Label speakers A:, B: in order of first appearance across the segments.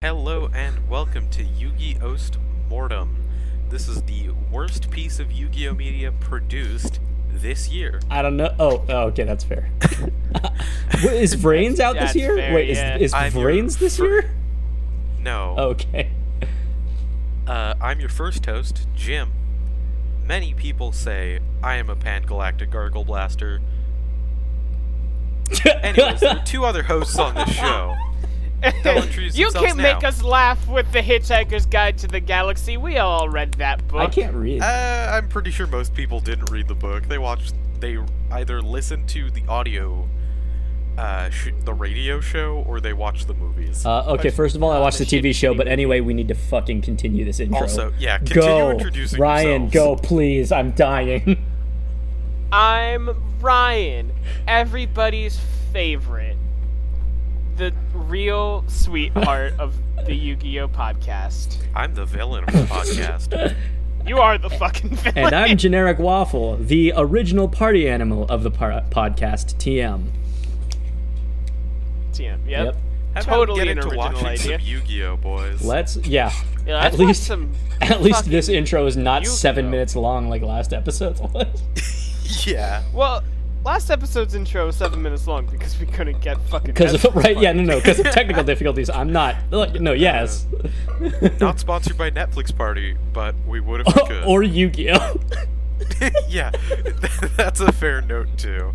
A: Hello and welcome to Yugi Ost Mortem. This is the worst piece of Yu Gi Oh! media produced this year.
B: I don't know. Oh, oh okay, that's fair. is Vrains out
C: That's
B: this year?
C: fair,
B: Wait,
C: yeah.
B: is, is
A: I'm your
B: Vrains this
A: fir-
B: year?
A: No.
B: Okay.
C: Oh.
A: Uh, I'm your first host, Jim. Many people say I am a pangalactic gargle blaster. Anyways, there are two other hosts on this show. They'll introduce
C: you
A: themselves
C: can
A: now.
C: make us laugh with the Hitchhiker's Guide to the Galaxy. We all read that book.
B: I can't read.
A: Uh, I'm pretty sure most people didn't read the book. They watched. They either listened to the audio, uh, sh- the radio show, or they watched the movies.
B: Uh, okay, first of all, I watched the
C: the
B: TV
C: shitty
B: show, but
C: TV.
B: anyway, we need to fucking continue this intro.
A: also, yeah, continue
B: go,
A: introducing
B: Ryan,
A: yourselves.
B: go, please. I'm dying.
C: I'm Ryan, everybody's favorite, the real sweetheart of the Yu-Gi-Oh podcast.
A: I'm the villain of the podcast.
C: You are the fucking villain.
B: and I'm Generic Waffle, the original party animal of the par- podcast, TM.
C: TM. Yep.
B: Yep.
A: How
C: Totally
A: about
C: an
A: get into
C: original
A: watching
C: idea.
A: some Yu-Gi-Oh, boys.
B: Let's, yeah.
C: Yeah,
B: at
C: that's
B: least,
C: some
B: at least this
C: fucking
B: intro is not seven
C: Yu-Gi-Oh.
B: minutes long like last episode was.
A: yeah.
C: Well, last episode's intro was seven minutes long because we couldn't get fucking.
B: Because of
C: Netflix
B: right, yeah,
C: money.
B: no, no, because of technical difficulties. I'm not. Look, no, yes,
A: Not sponsored by Netflix Party, but we would if we could.
B: or Yu-Gi-Oh.
A: yeah, that's a fair note too.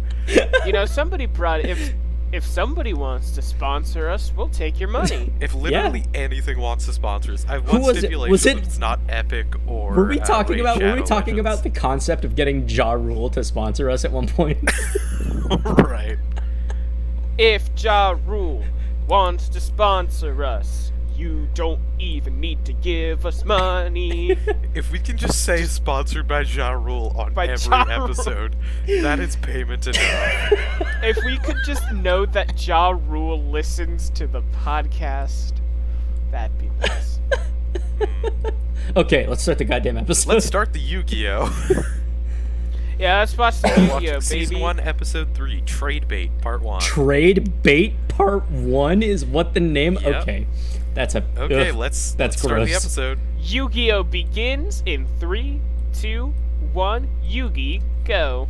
C: You know, somebody brought if if somebody wants to sponsor us, we'll take your money.
A: If literally anything wants to sponsor us, I have one
B: was it-
A: stipulation
B: was
A: that
B: it-
A: it's not epic or.
B: Were we
A: uh,
B: talking
A: Raid
B: about? Were we
A: Shadow
B: talking about
A: Legends.
B: the concept of getting Ja Rule to sponsor us at one point?
A: right.
C: if Ja Rule wants to sponsor us, you don't even need to give us money.
A: If we can just say sponsored by Ja Rule on
C: By
A: every
C: Ja Rule.
A: episode, that is payment enough.
C: if we could just know that Ja Rule listens to the podcast, that'd be nice.
B: okay, let's start the goddamn episode.
A: Let's start the Yu Gi Oh!
C: Yeah, let's watch the video,
A: Season
C: baby.
A: 1, Episode 3, Trade Bait, Part 1.
B: Trade bait part one is what the name.
A: Yep.
B: Okay, that's a
A: okay,
B: ugh,
A: let's,
B: that's
A: let's start the
B: gross.
A: episode.
C: Yu-Gi-Oh begins in three, two, one. Yugi, go.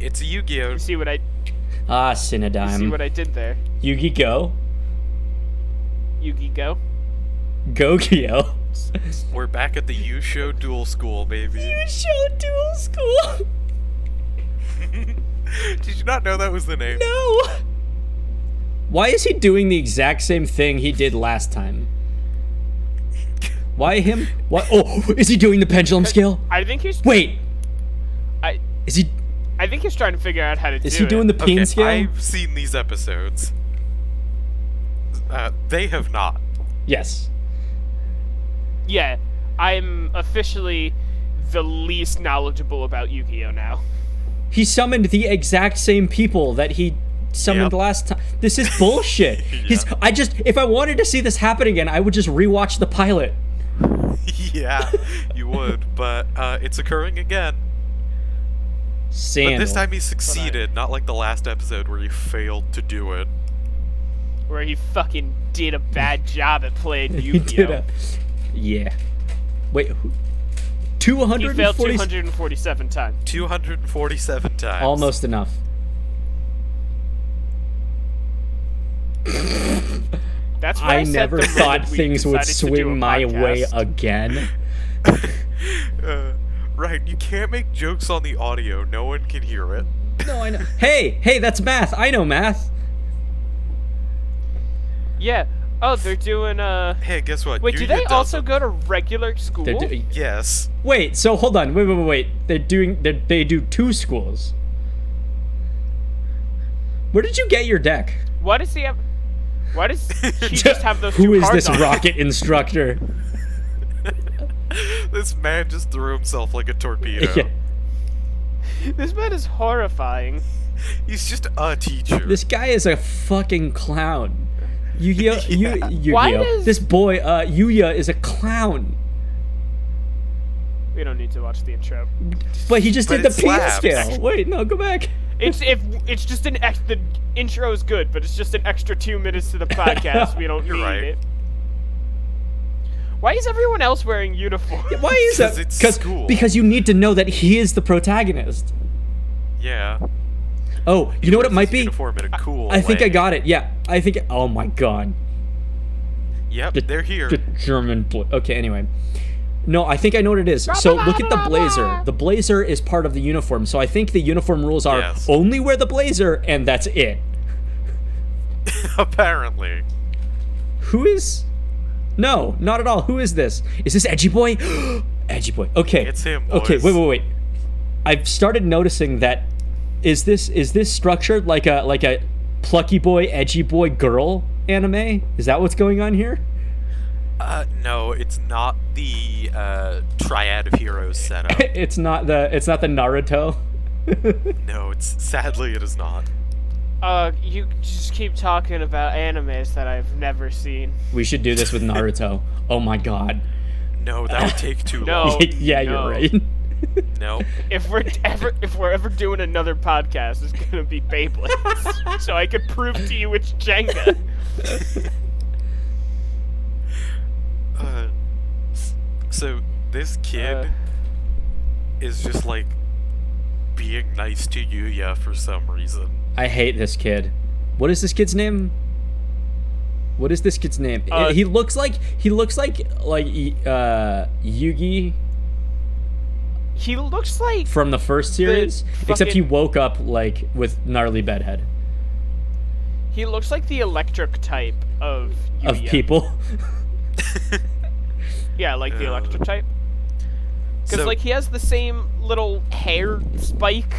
A: It's a Yu Gi Oh!
C: You see what I
B: ah
C: you see
B: Cinnadim.
C: what I did there?
B: Yugi Go,
C: Yugi, go.
B: Gogyo.
A: We're back at the Yu Show Duel School, baby.
B: Show dual school.
A: Did you not know that was the name?
B: No. Why is he doing the exact same thing he did last time? Why him? Why? Oh, is he doing the pendulum scale?
C: I think he's
B: Wait,
C: I
B: is he?
C: I think he's trying to figure out how to do
B: Is he doing the
C: it.
B: peen
A: okay,
B: scale?
A: I've seen these episodes. Uh, they have not.
B: Yes.
C: Yeah, I'm officially the least knowledgeable about Yu-Gi-Oh now.
B: He summoned the exact same people that he summoned
A: Yep.
B: last time. This is bullshit. He's.
A: Yeah.
B: I just. If I wanted to see this happen again, I would just rewatch the pilot.
A: yeah, you would, but uh, it's occurring again.
B: Sandal.
A: But this time he succeeded, not like the last episode where he failed to do it.
C: Where he fucking did a bad job at playing
B: he did
C: Yu-Gi-Oh.
B: a. Yeah. Wait. Two
C: He,
B: hundred and
C: failed
B: forty.
C: 247 times.
A: 247 times.
B: Almost enough.
C: That's why I,
B: I
C: said
B: never
C: the moment
B: thought
C: we
B: things would
C: decided to do a
B: swing my way
C: podcast.
B: again.
A: Uh, right, you can't make jokes on the audio. No one can hear it.
B: No, I know. Hey, hey, that's math. I know math.
C: Yeah. Oh, they're doing uh
A: Hey, guess what?
C: Wait, do
A: Yuya
C: they
A: does
C: also
A: it.
C: go to regular school?
B: They're do-
A: Yes.
B: wait, so hold on. Wait, wait, wait, wait. They're doing. They're, they do two schools. Where did you get your deck?
C: Why does he have? Why does he just have those
B: Who
C: two
B: is
C: cards
B: this
C: on?
B: rocket instructor?
A: This man just threw himself like a torpedo.
B: Yeah,
C: This man is horrifying.
A: He's just a teacher.
B: this guy is a fucking clown. Yu-Gi-Oh, Yu-
A: Yeah.
B: Yu-Gi-Oh.
C: Why does-
B: This boy, uh, Yuya, is a clown.
C: We don't need to watch the intro.
B: But he just
A: But
B: did the
A: it
B: piano
A: slaps.
B: scale. Wait, no, go back.
C: It's if it's just an ex. The intro is good, but it's just an extra two minutes to the podcast. We don't
A: You're
C: need
A: right.
C: it. Why is everyone else wearing uniform?
B: Why is
A: 'Cause
B: that?
A: it's school.
B: because you need to know that he is the protagonist.
A: Yeah.
B: Oh, you know what
A: Wears
B: it might
A: his
B: be?
A: Uniform in a cool
B: I think I
A: way.
B: got it. Yeah, I think. Oh my god,
A: Yep, they're here.
B: the German. Bla- okay, anyway. No, I think I know what it is. So look at the blazer. The blazer is part of the uniform. So I think the uniform rules are
A: Yes.
B: only wear the blazer and that's it.
A: Apparently.
B: Who is? No, not at all. Who is this? Is this Edgy Boy? Edgy Boy. Okay.
A: It's him,
B: Okay.
A: boys.
B: Wait, wait, wait. I've started noticing that. Is this is this structured like a like a plucky boy, edgy boy, girl anime? Is that what's going on here?
A: Uh, no, it's not the uh, triad of heroes setup.
B: It's not the it's not the Naruto.
A: no, it's sadly it is not.
C: Uh, you just keep talking about animes that I've never seen.
B: We should do this with Naruto. Oh my god.
A: No, that would take too
C: No.
A: long.
B: yeah,
C: no.
B: you're right.
A: No,
C: If we're ever if we're ever doing another podcast, it's gonna be Beyblades, so I could prove to you it's Jenga.
A: Uh, s- so this kid
C: Uh.
A: is just like being nice to Yuya for some reason.
B: I hate this kid. What is this kid's name? What is this kid's name?
C: Uh,
B: he looks like he looks like like uh Yugi
C: He looks like
B: from the first series, except he
C: fucking-
B: woke up like with gnarly bedhead
C: he looks like the electric type of
B: of
C: Yuya.
B: people.
C: Yeah, like the
A: Uh,
C: electric type. Because
A: So
C: like he has the same little hair spike.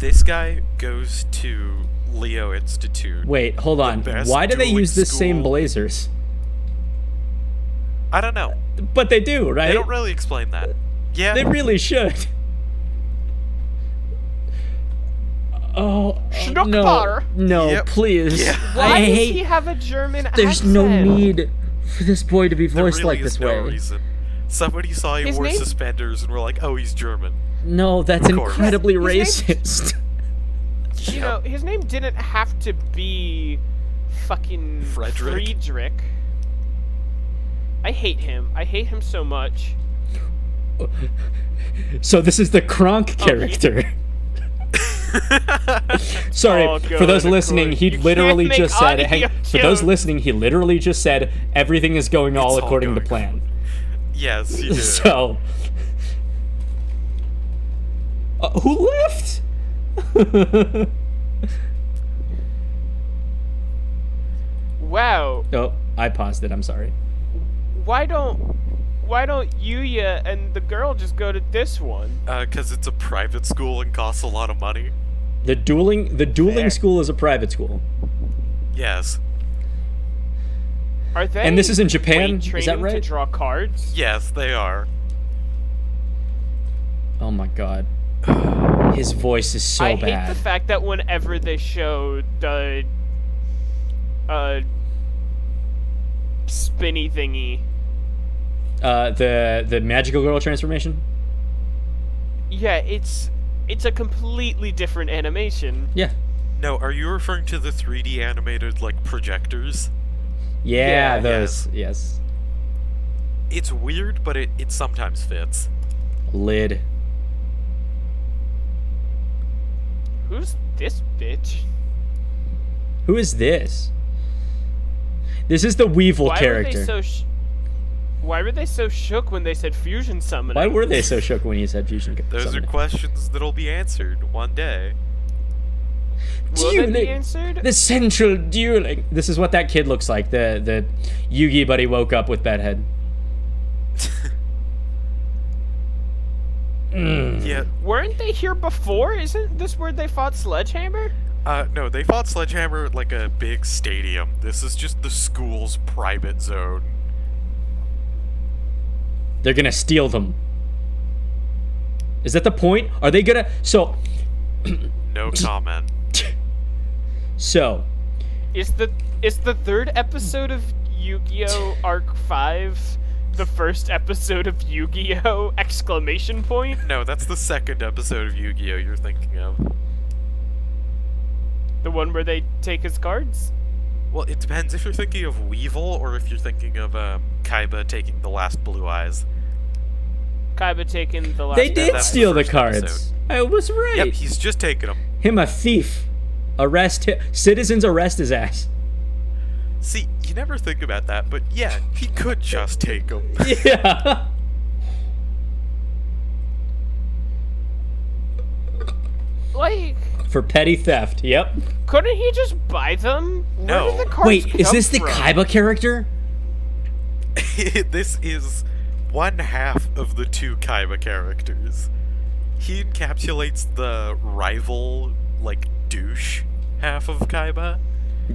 A: this guy goes to Leo Institute.
B: Wait, hold on.
A: best
B: Why do they
A: dueling
B: use the same
A: school.
B: blazers?
A: I don't know.
B: But they do, right?
A: They don't really explain that. Yeah.
B: They really should. Oh
C: Schnuck
B: no!
C: bar.
B: No,
A: Yep.
B: please.
A: Yeah.
C: Why
B: I
C: does
B: hate
C: he have a German
B: There's
C: accent?
B: no need for this boy to be
A: there
B: voiced
A: really
B: like this
A: is no
B: way.
A: reason. Somebody saw he
C: His
A: wore
C: name-
A: suspenders and were like, "Oh, he's German."
B: No, that's
A: Of course.
B: incredibly
C: His
B: racist.
C: You know, his name didn't have to be fucking
A: Frederick.
C: Friedrich. I hate him. I hate him so much.
B: so this is the Kronk
A: Oh.
B: character. Sorry
C: Oh,
B: for those
C: good,
B: listening.
C: good.
B: He
C: You
B: literally
C: can't make
B: just said.
C: audio
B: Hang, for those
C: jokes.
B: listening, he literally just said everything is going all
A: It's all
B: according to
A: going
B: plan.
A: yes, he did.
B: So, Uh, who left?
C: Wow.
B: oh, I paused it. I'm sorry.
C: Why don't why don't Yuya and the girl just go to this one?
A: because Uh, it's a private school and costs a lot of money.
B: The dueling the dueling
C: Fair.
B: school is a private school,
A: Yes,
C: Are they
B: and this is in
C: weight
B: Japan. Is that
C: training to
B: right?
C: draw cards?
A: yes, they are.
B: Oh my god. His voice is so
C: I
B: bad.
C: hate the fact that whenever they show the uh spinny thingy,
B: uh, the the magical girl transformation.
C: yeah, it's it's a completely different animation.
B: Yeah.
A: No, are you referring to the 3D animated like projectors?
B: Yeah,
C: Yeah,
B: those. Yes.
A: It's weird, but it, it sometimes fits.
B: Lid.
C: Who's this bitch?
B: Who is this? This is the Weevil
C: Why were
B: character.
C: they so? Sh- why were they so shook when they said fusion summoning?
B: Why were they so shook when he said fusion?
A: Those
B: summoning?
A: are questions that'll be answered one day.
C: Will
B: Do you
C: they be
B: know-
C: answered?
B: The central dueling. This is what that kid looks like. The the Yugi buddy woke up with bedhead. Mm.
A: Yeah.
C: Weren't they here before? Isn't this where they fought Sledgehammer?
A: Uh, no, they fought Sledgehammer at like a big stadium. This is just the school's private zone.
B: They're gonna steal them. Is that the point? Are they gonna? So
A: No comment.
B: so
C: Is the is the third episode of Yu-Gi-Oh! Arc Five the first episode of Yu-Gi-Oh! exclamation point.
A: No, that's the second episode of Yu-Gi-Oh! you're thinking of.
C: The one where they take his cards?
A: Well, it depends if you're thinking of Weevil or if you're thinking of um, Kaiba taking the last blue eyes.
C: Kaiba taking the last
B: They
A: that
B: did
A: was the
B: steal the
A: first
B: cards.
A: episode.
B: I was right.
A: Yep, he's just taking them.
B: him a thief. Arrest him. Citizens arrest his ass.
A: See, you never think about that, but yeah, he could just take them.
B: Yeah.
C: Like,
B: For petty theft. Yep.
C: couldn't he just buy them?
A: No.
C: Where did the cards
B: Wait, is
C: come
B: this the
C: from?
B: Kaiba character?
A: this is one half of the two Kaiba characters. He encapsulates the rival, like, douche half of Kaiba.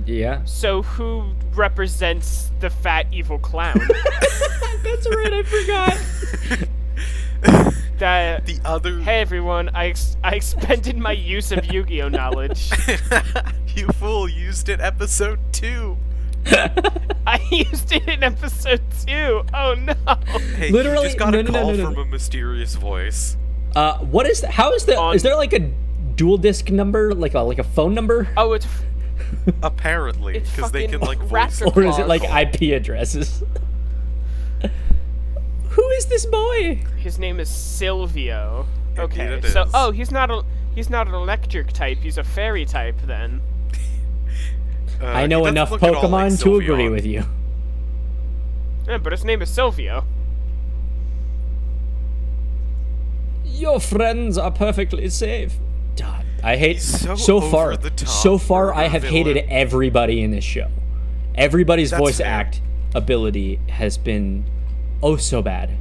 B: Yeah.
C: So who represents the fat evil clown?
B: That's right. I forgot.
C: that
A: The other.
C: hey everyone, I ex- I expended my use of Yu-Gi-Oh knowledge.
A: you fool used it episode 2.
C: I used it in episode two. Oh no.
A: Hey,
B: Literally-
A: you just got
B: no,
A: a
B: no, no,
A: call
B: no, no.
A: from a mysterious voice.
B: Uh, what is the, how is the
C: On-
B: is there like a dual disc number like a like a phone number
C: Oh, it's
A: Apparently,
C: It's
A: because they can
C: fucking
A: like voice.
C: Raptor
B: or is it like
C: Claw.
B: IP addresses? Who is this boy?
C: his name is Silvio.
A: Indeed
C: Okay,
A: it
C: so
A: is.
C: oh, he's not a he's not an electric type. He's a fairy type then.
A: Uh,
B: I
A: he
B: know
A: doesn't
B: enough
A: look at all
B: Pokemon
A: like
B: to agree
A: Sylveon.
B: with you.
C: Yeah, but his name is Silvio.
B: Your friends are perfectly safe. God, I hate
A: He's so
B: so,
A: over
B: far.
A: the top
B: so far, I
A: murder
B: have
A: villain.
B: hated everybody in this show. Everybody's
A: That's
B: voice
A: fair.
B: act ability has been oh so bad.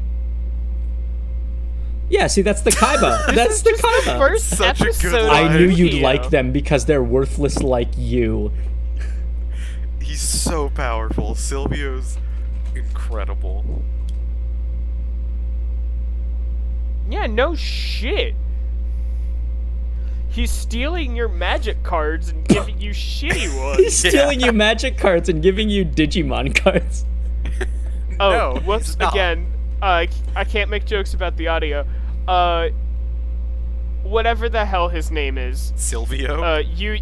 B: Yeah, see, that's the Kaiba. that's the
C: Just the
B: Kaiba.
C: first
A: Such a good
C: episode. of
B: I knew you'd
C: Yu-Gi-Oh.
B: like them because they're worthless like you.
A: He's so powerful. Silvio's incredible.
C: Yeah, no shit. He's stealing your magic cards and giving you shitty
B: He's
C: ones.
B: stealing you magic cards and giving you Digimon cards.
C: Oh,
A: no,
C: whoops!
A: he's not.
C: Again, uh, I can't make jokes about the audio. Uh, whatever the hell his name is,
A: Silvio.
C: uh, you,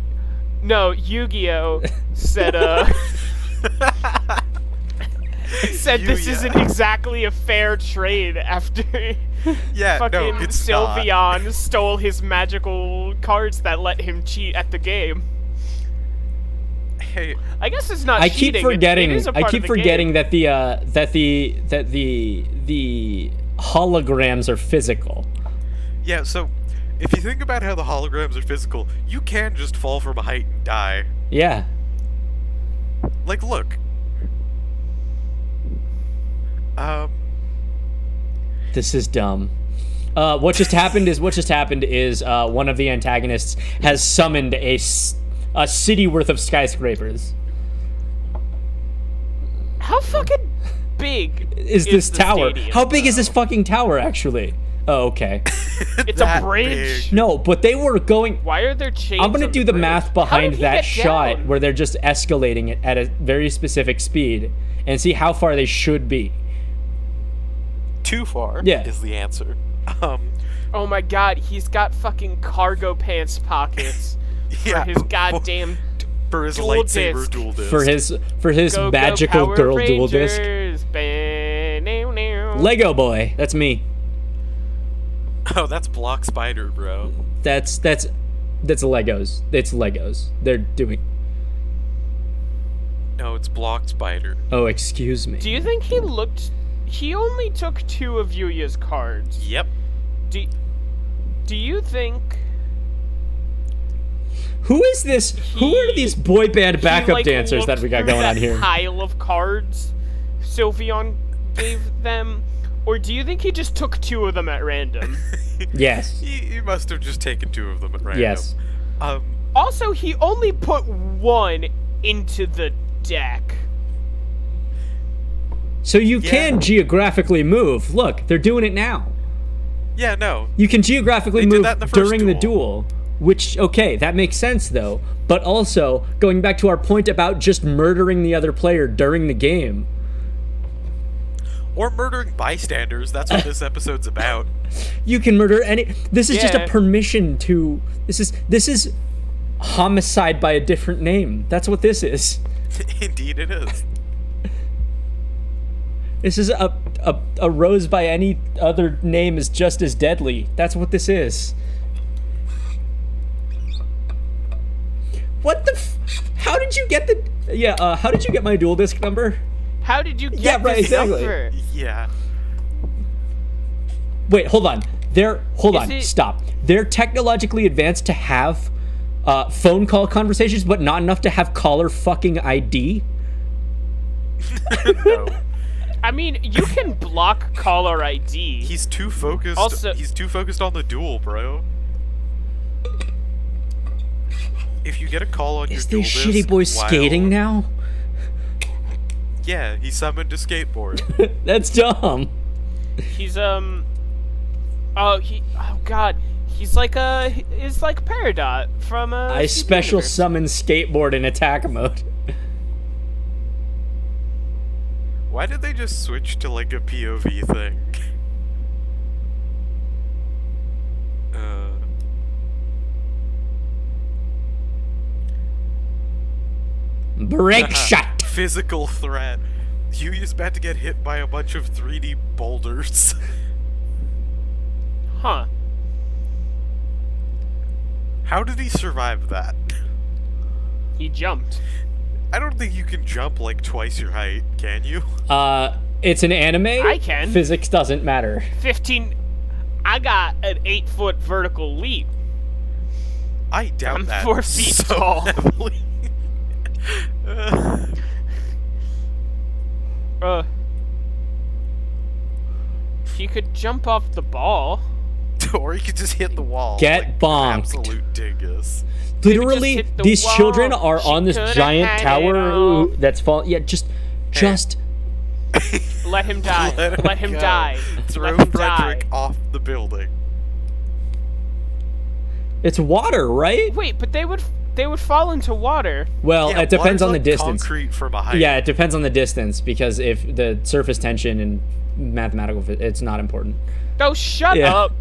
C: no, Yu-Gi-Oh said, uh, said this
A: Yu-Gi-Oh.
C: isn't exactly a fair trade after
A: yeah,
C: fucking
A: no, it's not.
C: Sylveon stole his magical cards that let him cheat at the game.
A: Hey,
C: I guess it's not.
B: I
C: cheating.
B: keep
C: it-
B: forgetting.
C: It is a
B: I
C: part
B: keep
C: of the game.
B: forgetting that the uh, that the that the the holograms are physical.
A: yeah. So, if you think about how the holograms are physical, you can just fall from a height and die.
B: Yeah,
A: Like, look. Um.
B: this is dumb. Uh, what just happened is what just happened is uh, one of the antagonists has summoned a s- a city worth of skyscrapers.
C: How fucking big
B: Is this
C: the
B: tower?
C: stadium,
B: How big is
C: though?
B: this fucking tower actually? Oh, okay.
C: It's a
A: that
C: bridge.
A: big.
B: No, but they were going.
C: Why are there chains?
B: I'm gonna
C: on
B: do the
C: bridge?
B: math
C: How did
B: behind
C: he
B: that
C: get
B: shot
C: down?
B: where they're just escalating it at a very specific speed and see how far they should be.
A: Too far.
B: Yeah.
A: Is the answer. Um.
C: Oh my god, he's got fucking cargo pants pockets
A: Yeah.
C: for his
A: for-
C: goddamn
A: for his
C: dual
A: lightsaber
C: disc.
A: dual disc.
B: for his for his
C: go,
B: magical
C: go Power
B: girl
C: Rangers.
B: dual disc.
C: Bam, now, now.
B: Lego boy, that's me.
A: Oh, that's Block Spider, bro.
B: That's that's that's Legos. It's Legos. They're doing.
A: No, it's Block Spider.
B: Oh, excuse me.
C: do you think he looked? He only took two of Yuya's cards.
A: Yep.
C: Do, do you think
B: Who is this? Who are these boy band
C: he,
B: backup
C: like,
B: dancers that
C: looked
B: we got
C: through
B: going
C: that
B: on here?
C: Pile of cards, Sylveon gave them, or do you think he just took two of them at random?
B: Yes.
A: He, he must have just taken two of them at random.
B: Yes.
A: Um.
C: Also, he only put one into the deck.
B: So you
A: Yeah.
B: can geographically move. Look, they're doing it now.
A: Yeah. No.
B: You can geographically
A: They did
B: move
A: that in the first
B: during the duel, which okay, that makes sense though. But also going back to our point about just murdering the other player during the game.
A: or murdering bystanders. That's what this episode's about.
B: You can murder any. This is just
C: Yeah.
B: a permission to. This is this is homicide by a different name. That's what this is.
A: Indeed, it is.
B: This is a, a a rose by any other name is just as deadly. That's what this is. What the? F- how did you get the? Yeah. Uh, how did you get my dual disc number?
C: How did you get
B: Yeah, right,
C: this
B: exactly.
C: number?
A: Yeah.
B: Wait, hold on. They're hold
C: Is
B: on.
C: it-
B: Stop. They're technologically advanced to have uh, phone call conversations, but not enough to have caller fucking ID.
A: No.
C: I mean, you can block caller ID.
A: He's too focused.
C: Also-
A: he's too focused on the duel, bro. If you get a call on
B: Is
A: your
B: this
A: duel
B: shitty
A: disc
B: boy
A: while-
B: skating now?
A: Yeah, he summoned a skateboard.
B: That's dumb.
C: He's um. Oh, he. Oh God. He's like a. He's like Peridot from uh
B: I
C: Steven
B: special
C: Universe.
B: summon skateboard in attack mode.
A: Why did they just switch to like a POV thing? Uh,
B: Break shot.
A: physical threat. Yuya's about to get hit by a bunch of 3D boulders.
C: Huh.
A: How did he survive that?
C: He jumped.
A: I don't think you can jump like twice your height, can you?
B: Uh, it's an anime.
C: I can.
B: Physics doesn't matter.
C: Fifteen. I got an eight foot vertical leap.
A: I doubt
C: I'm
A: that.
C: four feet
A: so
C: tall.
A: heavily. Uh,
C: Uh. He could jump off the ball.
A: or you could just hit the wall.
B: Get
A: like an
B: bonked.
A: Absolute dingus.
B: Literally,
C: hit the
B: these
C: wall.
B: children are
C: She
B: on this
C: coulda
B: giant
C: had it
B: tower
C: all.
B: ooh, that's falling. Yeah, just, just.
C: Let him die.
A: Let him,
C: him
A: go.
C: die.
A: Throw
C: Let him
A: Frederick
C: die.
A: off the building.
B: It's water, right?
C: Wait, but they would they would fall into water.
B: Well,
A: Yeah,
B: it depends
A: water's
B: on the
A: like
B: distance.
A: Concrete from a height.
B: Yeah, it depends on the distance because if the surface tension and mathematical, phy- it's not important.
C: No, Oh, shut
B: Yeah.
C: up.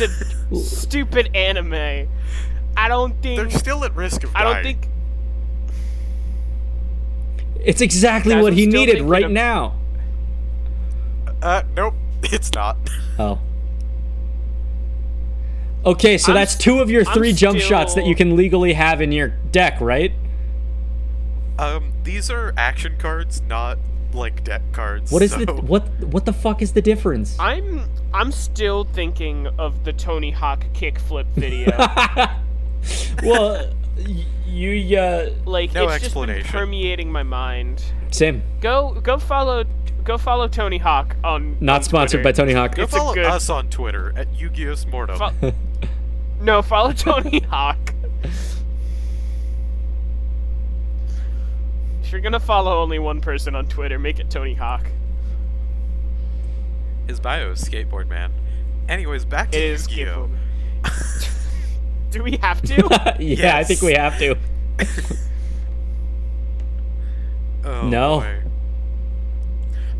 C: a stupid anime. I don't
A: They're
C: think.
A: still at risk of
C: I
A: dying.
C: don't think.
B: It's exactly
C: Guys,
B: what
C: I'm
B: he
C: still
B: needed
C: thinking
B: right
C: of-
B: now.
A: Uh, nope, it's not.
B: Oh. Okay, so
C: I'm
B: that's
C: st-
B: two of your
C: I'm
B: three jump shots that
C: still-
B: you can legally have in your deck, right?
A: Um, these are action cards, not like deck cards.
B: What is
A: so
B: the what what the fuck is the difference?
C: I'm I'm still thinking of the Tony Hawk kickflip video.
B: well, y- you uh
C: like
A: No
C: it's just been
A: explanation.
C: permeating my mind.
B: same.
C: Go go follow go follow Tony Hawk on
B: Not sponsored by Tony Hawk.
A: Go
C: It's a
A: follow
C: good-
A: us on Twitter at Yu-Gi-Oh! Smortem.
C: Tony. no, follow Tony Hawk. If you're gonna follow only one person on Twitter, make it Tony Hawk.
A: His bio is skateboard man. Anyways, back to
C: It is
A: Yu-Gi-Oh!
C: Gifu. Do we have to?
B: yeah, I think we have to.
A: Oh,
B: No.
A: boy.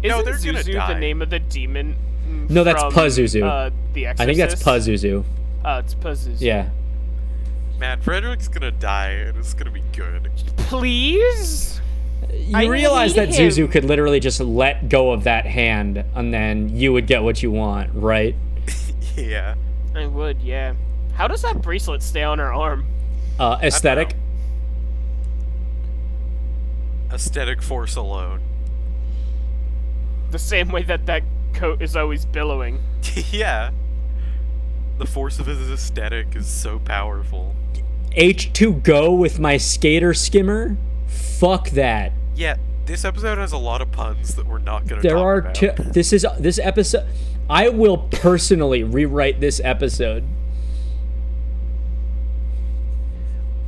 C: Isn't
A: they're gonna
C: Zuzu
A: die.
C: the name of the demon? mm,
B: No, that's
C: from,
B: Pazuzu.
C: Uh, the Exorcist?
B: I think that's Pazuzu.
C: Uh, it's Pazuzu.
B: Yeah.
A: Man, Frederick's gonna die, and it's gonna be good.
C: Please.
B: You
C: I
B: realize
C: need
B: that Zuzu
C: him.
B: could literally just let go of that hand and then you would get what you want, right?
A: yeah.
C: I would, yeah. How does that bracelet stay on her arm?
B: Uh, aesthetic.
A: Aesthetic force alone.
C: The same way that that coat is always billowing.
A: yeah. The force of his aesthetic is so powerful.
B: H2 go with my skater skimmer? Fuck that.
A: Yeah, this episode has a lot of puns that we're not gonna
B: There
A: talk
B: are
A: about.
B: two. This is this episode. I will personally rewrite this episode.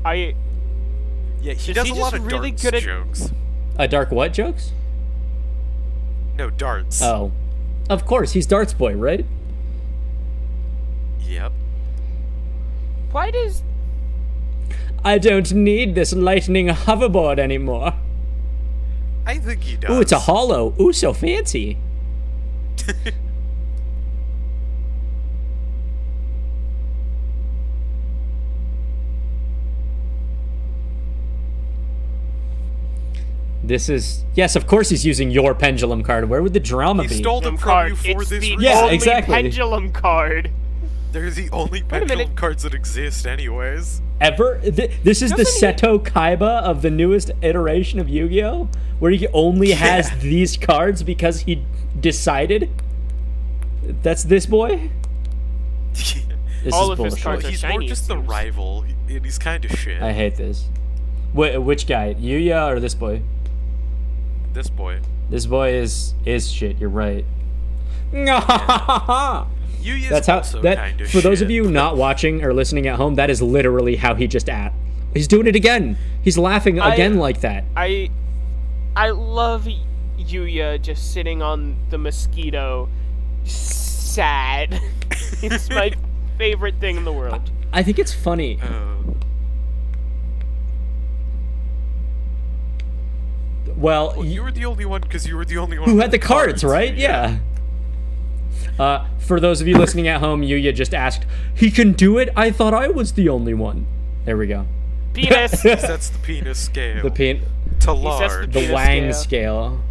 C: I
A: Yeah, he
C: Is
A: does
C: he
A: a lot
C: just
A: of
C: really
A: darts
C: good at-
A: jokes.
B: A dark what jokes?
A: No darts.
B: Oh, of course he's darts boy, right?
A: Yep.
C: why does
B: I don't need this lightning hoverboard anymore.
A: I think he does.
B: Ooh, it's a hollow. Ooh, so fancy. This is yes, of course he's using your pendulum card. Where would the drama
A: He
B: be?
A: stole them from you
C: card.
A: for
C: It's
A: this
C: the
A: reason.
B: Yeah,
C: only
B: exactly.
C: pendulum card.
A: They're the only
C: a minute.
A: pendulum cards that exist, anyways.
B: Ever th- this is the
C: Doesn't
B: Seto Kaiba of the newest iteration of Yu-Gi-Oh, where he only has these cards because he decided. That's this boy. This
C: All
B: is
C: of
B: bullshit.
C: his
A: Well,
C: cards are
A: he's more
C: shiny, it
A: just the
C: seems.
A: rival, he- and he's kind of shit.
B: I hate this. Wh- which guy, Yuya or this boy?
A: This boy.
B: This boy is is shit. You're right.
A: Yuya's
B: That's how
A: also
B: that
A: kind
B: for
A: of
B: those of you not watching or listening at home, that is literally how he just at. He's doing it again. He's laughing
C: I-
B: again like that.
C: I I love Yuya just sitting on the mosquito, sad. it's my favorite thing in the world.
B: I think it's funny.
A: Uh,
B: Well,
A: well, you were the only one because you were the only one
B: who had the cards, right? Yeah. Uh, for those of you listening at home, Yuya just asked, "He can do it? I thought I was the only one." There we go.
C: Penis.
A: He sets the penis scale.
B: The pin,
A: to
C: He sets
A: large.
B: the
C: Penis
B: Wang
C: scale.
B: scale.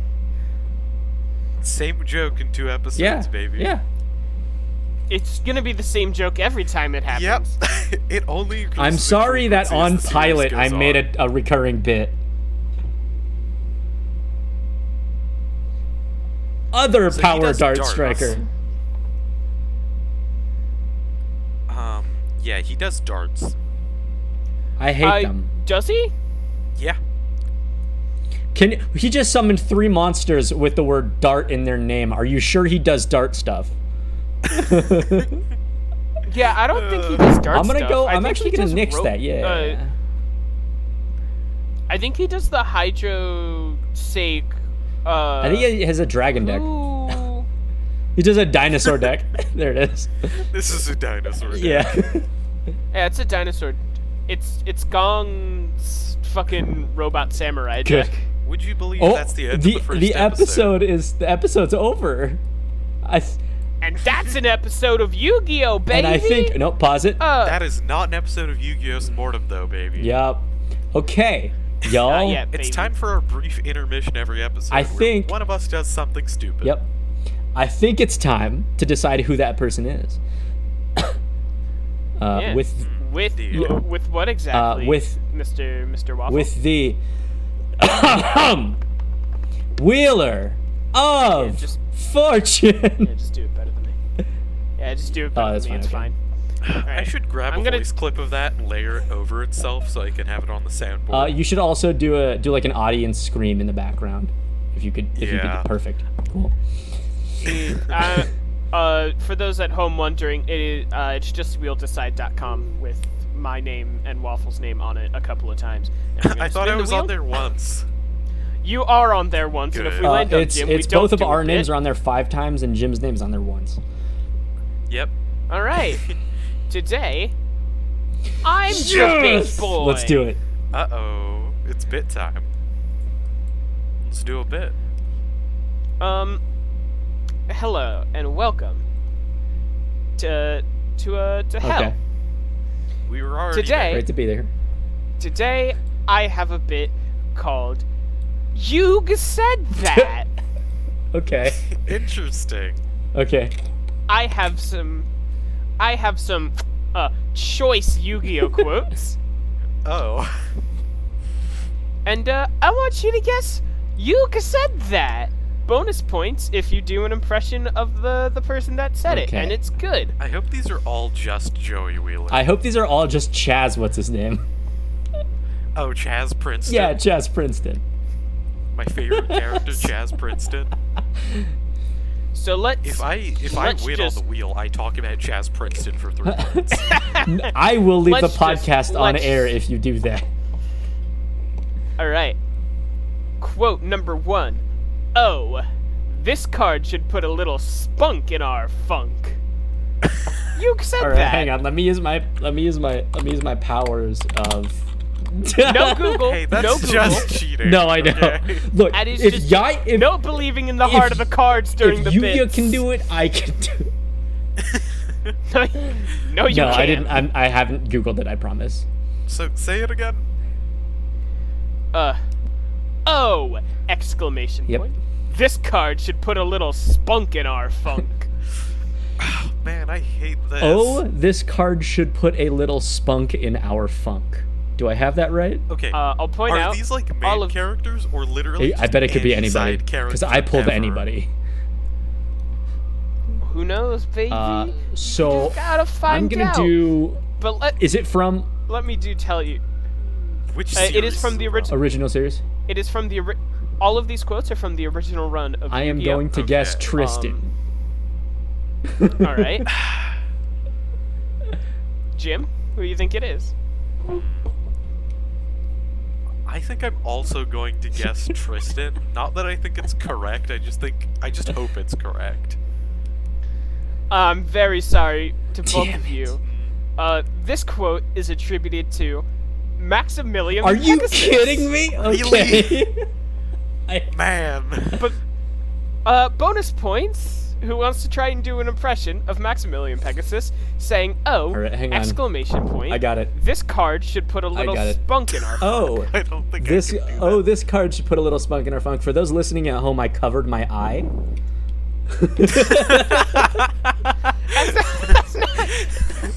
A: Same joke in two episodes,
B: Yeah,
A: baby.
B: yeah.
C: it's gonna be the same joke every time it
A: Yep.
C: happens.
A: it only. increases
B: I'm
A: in
B: sorry that
A: frequency
B: on
A: as the series
B: pilot I
A: goes
B: made
A: on.
B: a, a recurring bit. Other
A: So he
B: power
A: does
B: dart
A: darts.
B: striker.
A: Um. Yeah, he does darts.
B: I hate
C: I-
B: them.
C: does he?
A: Yeah.
B: Can he just summoned three monsters with the word dart in their name? Are you sure he does dart stuff?
C: Yeah, I don't think he
A: Uh,
C: just darts.
B: I'm gonna
C: stuff.
B: go.
C: I
B: I'm
C: think
B: actually
C: he
B: gonna
C: does
B: nix
C: rope-
B: that. Yeah.
C: uh, I think he does the hydro sake. Uh,
B: I think he has a dragon deck.
C: ooh.
B: He does a dinosaur deck. there it is.
A: This is a dinosaur. deck.
B: Yeah.
C: Yeah, it's a dinosaur. It's it's Gong's fucking robot samurai
B: Good.
C: deck.
A: Would you believe
B: Oh,
A: that's the
B: the
A: end of the first
B: the
A: episode?
B: episode is the episode's over. I th-
C: And that's an episode of Yu-Gi-Oh, baby.
B: and I think no. Pause it.
C: Uh,
A: That is not an episode of Yu-Gi-Oh's Mortem, though, baby.
B: Yep. Okay,
C: Not
B: y'all.
C: yet,
A: It's
C: baby.
A: time for our brief intermission every episode.
B: I
A: where
B: think-
A: one of us does something stupid.
B: Yep. I think it's time to decide who that person is. uh,
C: Yeah.
B: With
C: with
A: Yeah.
C: with what exactly?
B: Uh, with-
C: Mr. Mr. Waffle.
B: with the Wheeler of
C: Yeah, just- yeah,
B: Fortune.
C: just do it better than me. Yeah, just do it better
B: Oh, that's
C: than me. It's
B: fine,
C: fine.
A: I
C: Alright.
A: should grab
C: I'm
A: a
C: gonna-
A: voice clip of that and layer it over itself so I can have it on the
B: Uh,
A: soundboard.
B: you should also do a do like an audience scream in the background, if you could. If you
A: Yeah.
B: could, perfect. Cool.
C: uh, uh, for those at home wondering, it, uh, it's just wheeldecide.com with my name and Waffle's name on it a couple of times. And I'm gonna
A: I thought
C: spin
A: I
C: the
A: was
C: wheel.
A: on there once.
C: You are on there once, and if
A: Good.
C: we
A: Uh,
B: Uh,
C: land on
B: it's
C: Jim,
B: it's
C: we don't
B: both of
C: do a
B: our names
C: bit.
B: are on there five times and Jim's name's on there once.
A: Yep.
C: All right. Today, I'm the big
B: Yes!
C: boy.
B: Let's do it.
A: Uh oh. It's bit time. Let's do a bit.
C: Um, hello and welcome to to uh, to hell.
B: Okay.
A: We were already
C: Today-
B: Great to be there.
C: Today, I have a bit called "You said that."
B: Okay.
A: Interesting.
B: Okay.
C: I have some, I have some uh, choice Yu-Gi-Oh quotes,
A: Oh.
C: and uh, I want you to guess "You said that." Bonus points if you do an impression of the the person that said it,
B: Okay.
C: and it's good.
A: I hope these are all just Joey Wheeler.
B: I hope these are all just Chaz. What's his name?
A: Oh, Chaz Princeton.
B: Yeah, Chaz Princeton.
A: My favorite character, Chaz Princeton.
C: So let's.
A: If I if
C: Let's
A: I win
C: just-
A: on the wheel, I talk about Chaz Princeton for three minutes.
B: N- I will leave
C: Let's
B: the
C: just-
B: podcast on
C: let's-
B: air if you do that.
C: All right. Quote number one. Oh, this card should put a little spunk in our funk. you said
B: All right,
C: that.
B: hang on. Let me use my let me use my let me use my powers of
C: No Google.
A: Hey, that's
C: no Google.
A: just cheating.
B: no, I know.
A: okay?
B: Look,
C: That is
B: if
C: just
B: Yai, if,
C: no believing in the
B: if-
C: heart of the cards during
B: if
C: the
B: Yuya
C: bits.
B: can do it, I can do. It.
C: no, you
B: No,
C: can't.
B: I didn't. I'm, I haven't googled it. I promise.
A: So say it again.
C: Uh, oh! Exclamation
B: Yep.
C: point. This card should put a little spunk in our funk.
A: Man, I hate this.
B: Oh, this card should put a little spunk in our funk. Do I have that right?
A: Okay.
C: Uh, I'll point
A: Are
C: out
A: these like main
C: all of-
A: characters or literally?
B: I I bet it could be anybody because
A: Because
B: I pulled
A: ever?
B: anybody.
C: Who knows, baby?
B: Uh,
C: You
B: so,
C: just gotta find
B: I'm gonna
C: out.
B: do.
C: But let
B: Is it from
C: let me do tell you.
A: Which
C: Uh, it is
A: series
C: from the
A: it
C: original-
B: original series?
C: It is from the ori- all of these quotes are from the original run of.
B: I am
C: Yu-Gi-Oh.
B: going to guess
A: Okay,
B: Tristan.
C: um, All right. Jim, who do you think it is?
A: Uh, I think I'm also going to guess Tristan. Not that I think it's correct. I just think I just hope it's correct.
C: I'm very sorry to both
B: Damn
C: of
B: it.
C: you. Uh, this quote is attributed to Maximilian.
B: Are you
C: Pegasus.
B: kidding me? Okay. I,
A: Man.
C: But uh, bonus points. Who wants to try and do an impression of Maximilian Pegasus saying, "Oh!"
B: right, hang on.
C: exclamation point.
B: I got it.
C: This card should put a little
B: got it.
C: spunk in our.
B: Oh,
A: I don't think
B: this.
A: I can do
B: Oh,
A: that.
B: this card should put a little spunk in our funk. For those listening at home, I covered my eye.
C: That's not, that's not,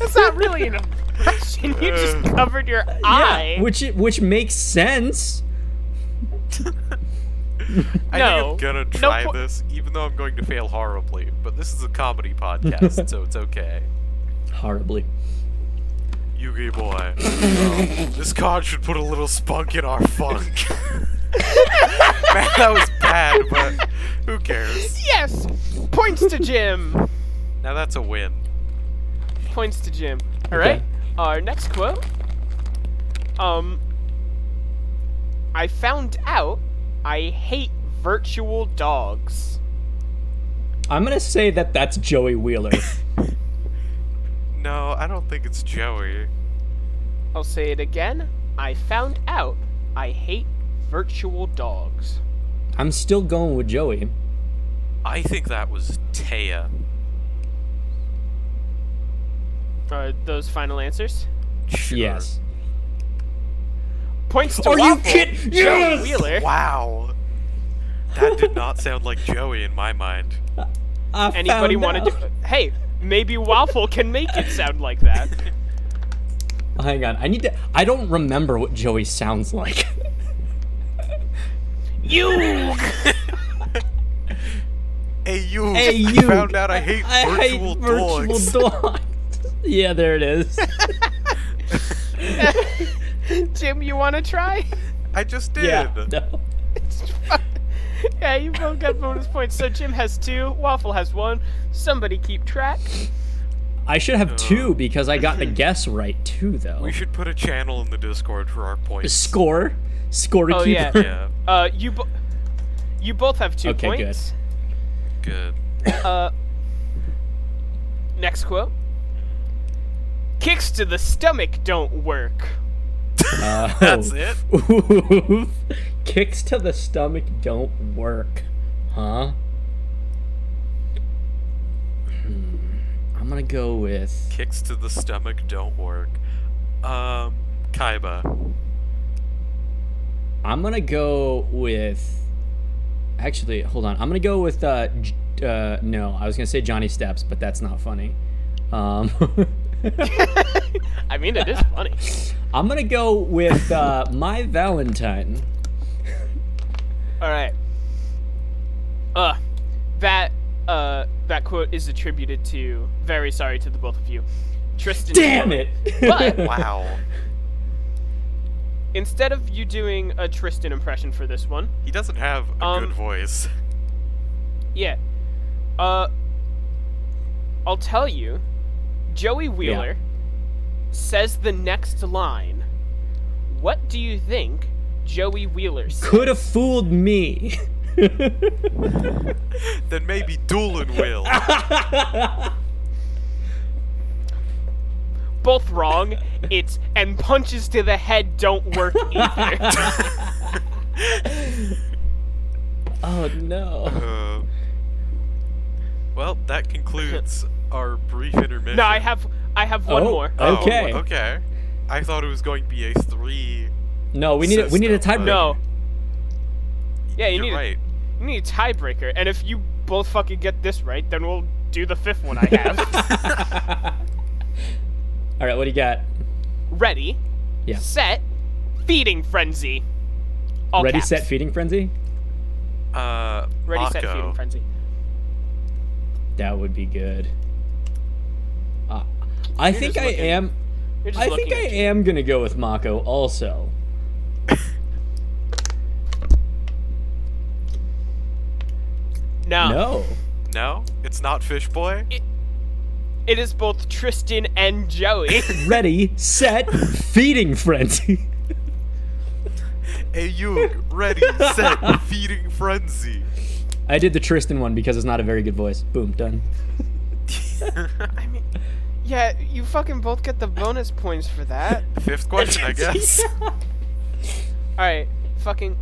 C: that's not really an impression. You just
A: Uh,
C: covered your eye.
B: which which makes sense.
A: I
C: no.
A: think I'm gonna
C: No
A: try
C: po-
A: this, even though I'm going to fail horribly. But this is a comedy podcast, so it's okay.
B: Horribly.
A: Yugi boy, um, this card should put a little spunk in our funk. Man, that was bad, but who cares?
C: yes. Points to Jim.
A: Now that's a win.
C: Points to Jim. All
B: Okay.
C: right. Our next quote. Um. I found out I hate virtual dogs.
B: I'm gonna say that that's Joey Wheeler.
A: No, I don't think it's Joey.
C: I'll say it again. I found out I hate virtual dogs.
B: I'm still going with Joey.
A: I think that was Taya.
C: Are Uh, those final answers?
A: Sure.
B: Yes.
C: Points to
B: Are you
C: Waffle,
B: kid-
C: Joe
B: Yes!
C: Wheeler.
A: Wow. That did not sound like Joey in my mind.
B: I
C: Anybody
B: found
C: want to
B: out.
C: do? Hey, maybe Waffle can make it sound like that.
B: Oh, Hang on, I need to. I don't remember what Joey sounds like.
C: You.
A: Hey you!
B: hey,
A: I
B: you!
A: found out I hate virtual
B: virtual
A: dogs.
B: dogs. yeah, there it is.
C: Jim, you want to try?
A: I just did.
B: yeah. No.
C: yeah, you both got bonus points. So Jim has two, Waffle has one. Somebody keep track.
B: I should have two because I got the guess right too, though.
A: Oh. We should put a channel in the Discord for our points.
B: Score, scorekeeper.
C: Oh, yeah.
A: yeah,
C: Uh, you, bo- you both have two
B: Okay, good.
C: points.
A: good.
C: Uh, next quote. Kicks to the stomach don't work.
B: Oh.
A: That's it.
B: Oof. Kicks to the stomach don't work, huh? Hmm. I'm gonna go with.
A: Kicks to the stomach don't work. Um, Kaiba.
B: I'm gonna go with. Actually, hold on. I'm gonna go with. Uh, J- uh, no, I was gonna say Johnny Steps, but that's not funny. Um,
C: I mean, it is funny.
B: I'm gonna go with uh, my Valentine.
C: All right. Uh, that uh that quote is attributed to. Very sorry to the both of you, Tristan.
B: Damn it!
C: But-
A: Wow.
C: Instead of you doing a Tristan impression for this one,
A: He doesn't have a
C: Um,
A: good voice.
C: yeah. Uh, I'll tell you, Joey Wheeler says the next line. What do you think Joey Wheeler said?
B: could have fooled me.
A: Then maybe Doolin will.
C: both wrong. It's and punches to the head don't work either.
B: oh no.
A: Uh, well, that concludes our brief intermission.
C: no, I have I have one
B: Oh.
C: more.
A: Oh,
B: Okay.
A: okay. I thought it was going to be a three.
B: No, we need a, we need a
A: System,
B: time.
A: uh,
C: No. Yeah, you
A: You're
C: need
A: right.
C: a, you need a tiebreaker, and if you both fucking get this right, then we'll do the fifth one I have.
B: All right, what do you got?
C: Ready,
B: Yeah.
C: set, feeding frenzy. All
B: Ready,
C: caps.
B: set, feeding frenzy.
A: Uh,
C: Ready, set,
A: Mako.
C: feeding frenzy.
B: That would be good. Uh, I think
C: just
B: I
C: looking-
B: am.
C: You're just
B: I
C: looking
B: think I
C: at
B: am gonna go with Mako also.
C: No.
B: No.
A: No, it's not Fish Boy.
C: It is both Tristan and Joey.
B: Ready, set, feeding frenzy.
A: Hey, you ready, set, feeding frenzy.
B: I did the Tristan one because it's not a very good voice. Boom, done.
C: I mean, yeah, you fucking both get the bonus points for that.
A: Fifth question, I guess.
C: All right, fucking.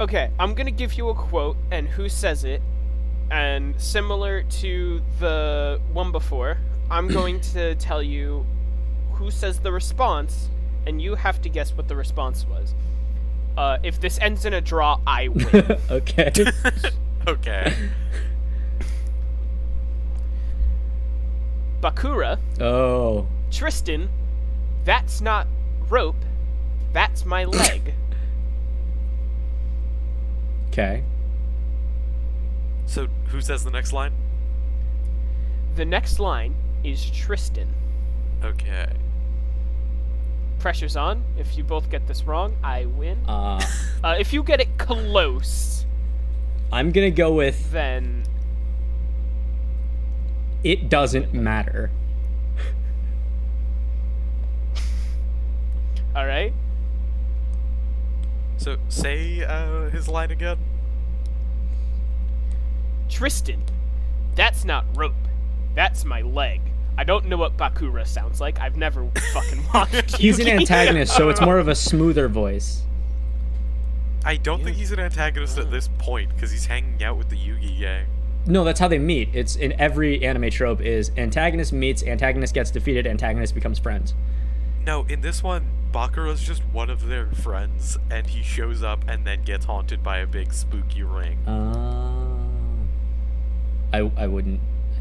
C: Okay, I'm gonna give you a quote and who says it, and similar to the one before, I'm going to tell you who says the response, and you have to guess what the response was. Uh, if this ends in a draw, I win.
B: okay.
A: okay.
C: Bakura,
B: Oh.
C: Tristan, that's not rope, that's my leg.
B: Okay.
A: So, who says the next line?
C: the next line is Tristan.
A: Okay.
C: Pressure's on. If you both get this wrong, I win.
B: Uh,
C: Uh, if you get it close,
B: I'm gonna go with
C: then
B: it doesn't matter.
C: all right.
A: So, say uh, his line again.
C: Tristan, that's not rope. That's my leg. I don't know what Bakura sounds like. I've never fucking watched.
B: He's an
C: Yuki.
B: antagonist, so it's more of a smoother voice.
A: I don't think he's an antagonist
C: Oh.
A: at this point because he's hanging out with the Yugi gang.
B: No, that's how they meet. It's in every anime trope is antagonist meets, antagonist gets defeated, antagonist becomes friends.
A: No, in this one, Bakura's just one of their friends, and he shows up and then gets haunted by a big spooky ring.
B: Uh, I I wouldn't.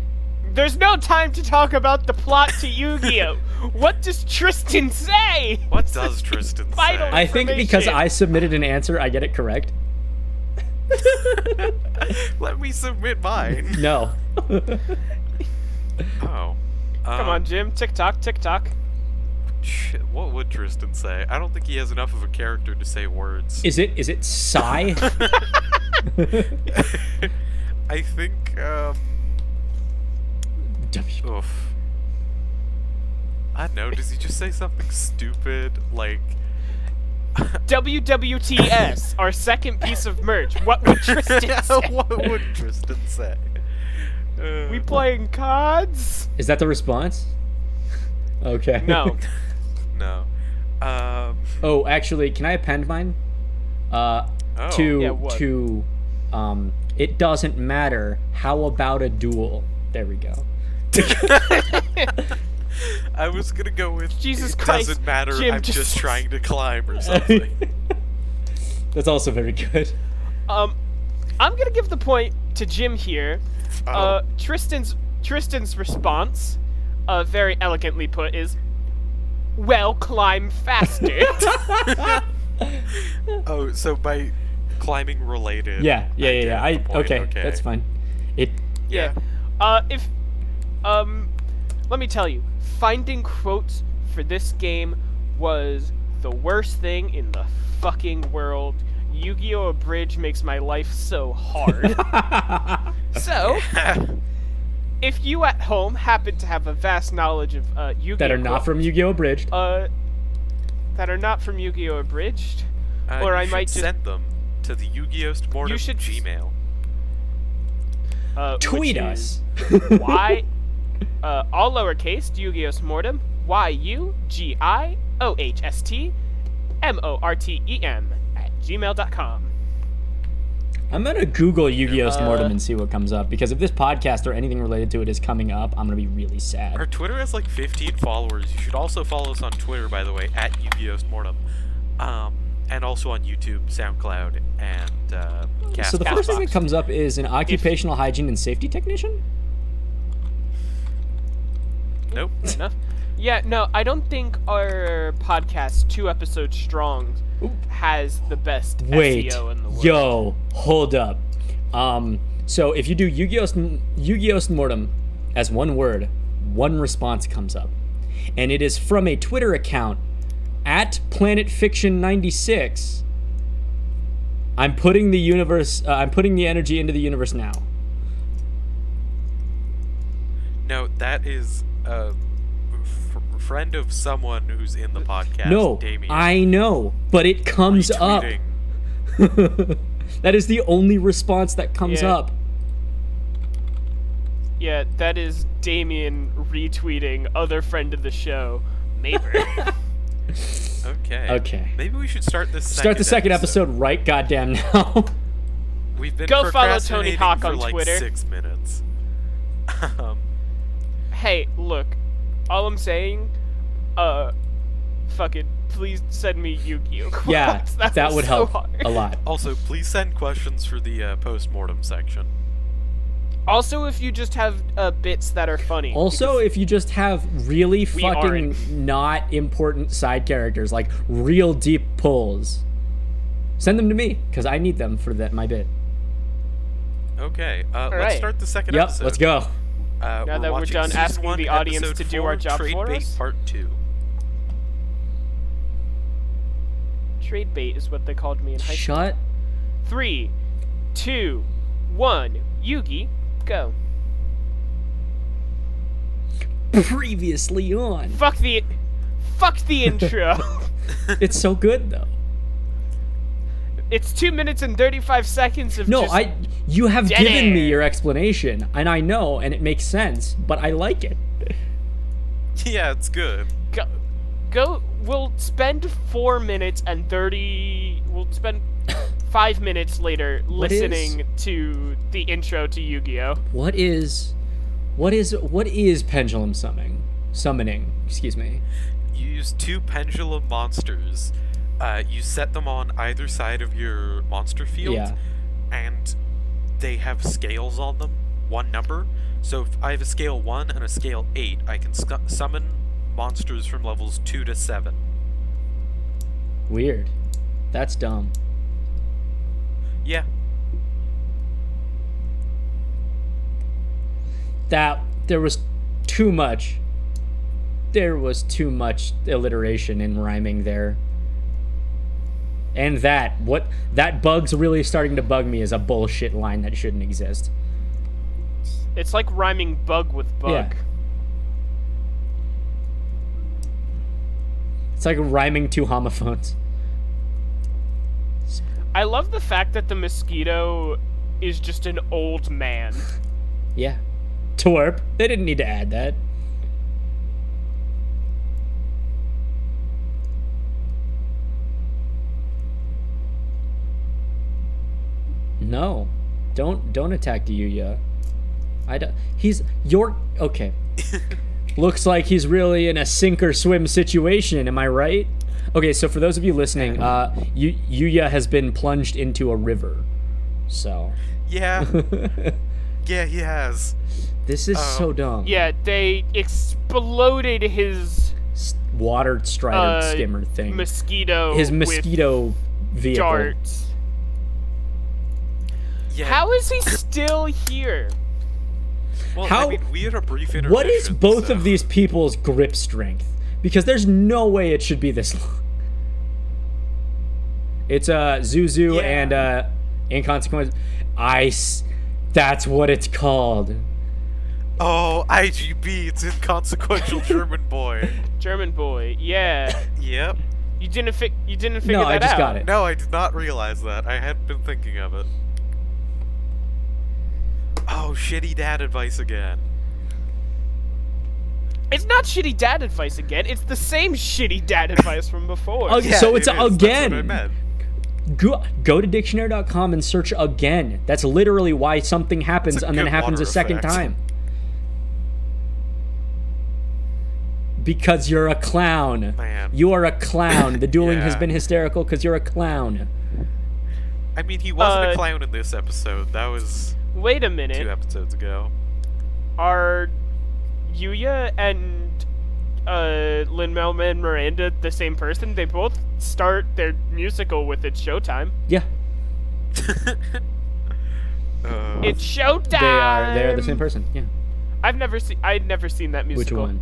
C: There's no time to talk about the plot to Yu-Gi-Oh. what does Tristan say?
A: What does Tristan say?
C: vital.
B: I think because
C: Information.
B: I submitted an answer, I get it correct.
A: Let me submit mine.
B: No.
A: Oh.
C: Come on, Jim. Tick tock, tick tock.
A: Shit, what would Tristan say? I don't think he has enough of a character to say words.
B: is it is it sigh?
A: I think, um.
B: W-
A: Oof. I don't know. Does he just say something stupid? Like.
C: WWTS, our second piece of merch. What would Tristan say?
A: what would Tristan say? Uh,
C: We playing cards?
B: Is that the response? Okay.
C: No.
A: No. Um.
B: Oh, actually, can I append mine? Uh,
A: Oh.
B: to
C: Yeah, what?
B: to, um, it doesn't matter. How about a duel? There we go.
A: I was gonna go with.
C: Jesus
A: it
C: Christ,
A: Doesn't matter.
C: Jim,
A: I'm just...
C: just-
A: trying to climb or something.
B: That's also very good.
C: Um, I'm gonna give the point to Jim here. Uh,
A: Oh.
C: Tristan's Tristan's response, uh, very elegantly put, is, "Well, climb faster."
A: oh, so by climbing related.
B: Yeah, yeah, yeah, yeah.
A: get
B: I
A: the point,
B: okay, that's fine. It
A: Yeah.
C: Uh, if, um, let me tell you, finding quotes for this game was the worst thing in the fucking world. Yu-Gi-Oh! Abridge makes my life so hard. so,
A: Uh,
C: if you at home happen to have a vast knowledge of uh, Yu-Gi-Oh!
B: that are
C: quote-
B: not from Yu-Gi-Oh! Abridged.
C: uh, that are not from Yu-Gi-Oh! Abridged,
A: Uh,
C: or
A: you
C: I
A: should
C: might just
A: send them to the Yu-Gi-Oh! Mortem
C: should-
A: Gmail.
C: uh, which
B: Tweet
C: is
B: us.
C: Y uh, all lowercase, Yugios Mortem, Y U G I O H S T M O R T E M at gmail.com.
B: I'm gonna Google Yu-Gi-Oh!
C: Uh,
B: Mortem and see what comes up because if this podcast or anything related to it is coming up, I'm gonna be really
A: Our
B: sad.
A: Twitter has like 15 followers. You should also follow us on Twitter, by the way, at Yugios Mortem, um, and also on YouTube, SoundCloud, and uh, Cast.
B: So the first thing
A: Castbox.
B: that comes up is an occupational hygiene and safety technician.
A: Nope.
C: Fair enough. Yeah, no, I don't think our podcast, two episodes strong, has the best
B: Wait,
C: SEO E in the world.
B: yo, hold up. Um, so if you do Yu-Gi-Oh! Sn- Yu-Gi-Oh! Mortem as one word, one response comes up, and it is from a Twitter account at Planet Fiction 96. I'm putting the universe. Uh, I'm putting the energy into the universe now.
A: No, that is a f- friend of someone who's in the podcast.
B: no,
A: Damien.
B: I know, but it comes up.
A: Tweeting.
B: that is the only response that comes
C: Yeah.
B: up.
C: Yeah, that is Damien retweeting other friend of the show, neighbor.
A: Okay.
B: Okay.
A: Maybe we should start this.
B: Start the second episode right goddamn now.
A: We've been
C: Go follow Tony
A: procrastinating
C: Hawk
A: for
C: on
A: like
C: Twitter.
A: Six minutes. um,
C: hey, look, all I'm saying, uh, fucking, please send me Yu-Gi-Oh.
B: yeah,
C: quotes.
B: that,
C: was
B: would
C: so
B: help
C: hard.
B: a lot.
A: also, please send questions for the uh, post-mortem section.
C: Also, if you just have uh, bits that are funny.
B: Also, if you just have really
C: We
B: fucking
C: aren't.
B: not important side characters, like real deep pulls, send them to me because I need them for that my bit.
A: Okay. Uh, let's
C: right.
A: start the second
B: Yep,
A: episode.
B: let's go.
A: Uh,
C: Now that we're
A: watching
C: done
A: season
C: asking
A: one,
C: the audience
A: episode
C: to do our
A: four,
C: job
A: Trade
C: for
A: Bait
C: us.
A: Part two.
C: because trade bait is what they called me in high school.
B: Shut.
C: Three, two, one, Yugi, go.
B: Previously on.
C: Fuck the, fuck the intro.
B: It's so good though.
C: it's two minutes and thirty-five seconds of
B: No,
C: just
B: I. You have
C: Dead
B: given
C: air.
B: me your explanation, and I know, and it makes sense, but I like it.
A: yeah, it's good.
C: go, go we'll spend four minutes and 30 we'll spend five minutes later
B: What is-
C: listening to the intro to yu-gi-oh
B: What is, what is, what is pendulum summoning? Summoning, excuse me.
A: You use two pendulum monsters. Uh, you set them on either side of your monster field,
B: Yeah.
A: and they have scales on them, one number. So if I have a scale 1 and a scale 8, I can scu- summon monsters from levels 2 to 7.
B: Weird. That's dumb.
A: Yeah.
B: that there was too much there was too much alliteration and rhyming there and that what that bug's really starting to bug me is a bullshit line that shouldn't exist
C: it's like rhyming bug with bug
B: it's like rhyming two homophones
C: i love the fact that the mosquito is just an old man
B: yeah twerp they didn't need to add that no don't don't attack Yuya. I don't, he's your okay. Looks like he's really in a sink or swim situation. Am I right? Okay, so for those of you listening, uh, Yu- Yuya has been plunged into a river. So
A: Yeah. yeah, he has.
B: this is so dumb.
C: yeah they exploded his
B: S- Water strided
C: uh,
B: skimmer thing.
C: mosquito
B: His
C: with
B: mosquito vehicle.
C: darts
A: Yeah.
C: how is he still here
A: Well, I
B: how-
A: mean, we had a brief intermission.
B: What is both
A: so-
B: of these people's grip strength? Because there's no way it should be this long. It's uh Zuzu
A: Yeah.
B: and uh inconsequence ice. That's what it's called.
A: Oh, IGB, it's inconsequential German boy.
C: german boy yeah
A: Yep.
C: you didn't fi- you didn't figure
B: no,
C: that
B: I just
C: out
B: got it.
A: No, I did not realize that. I hadn't been thinking of it. Oh, shitty dad advice again.
C: It's not shitty dad advice again. It's the same shitty dad advice from before.
B: Okay. So it's
A: it is. That's what I
B: again.
A: meant.
B: Go, go to dictionary.com and search again. That's literally why something happens
A: a
B: and then
A: good
B: happens a
A: water
B: second
A: effect.
B: time. Because you're a clown.
A: Man.
B: You are a clown. The dueling has
A: Yeah.
B: been hysterical because you're a clown.
A: I mean, he wasn't
C: Uh,
A: a clown in this episode. That was
C: Wait a
A: two
C: minute.
A: episodes ago.
C: Are Yuya and uh, Lin Manuel Miranda the same person? They both start their musical with "It's Showtime."
B: Yeah,
A: Uh,
C: It's Showtime.
B: they are. They are the same person. Yeah.
C: I've never seen. I'd never seen that
B: Which
C: musical.
B: one?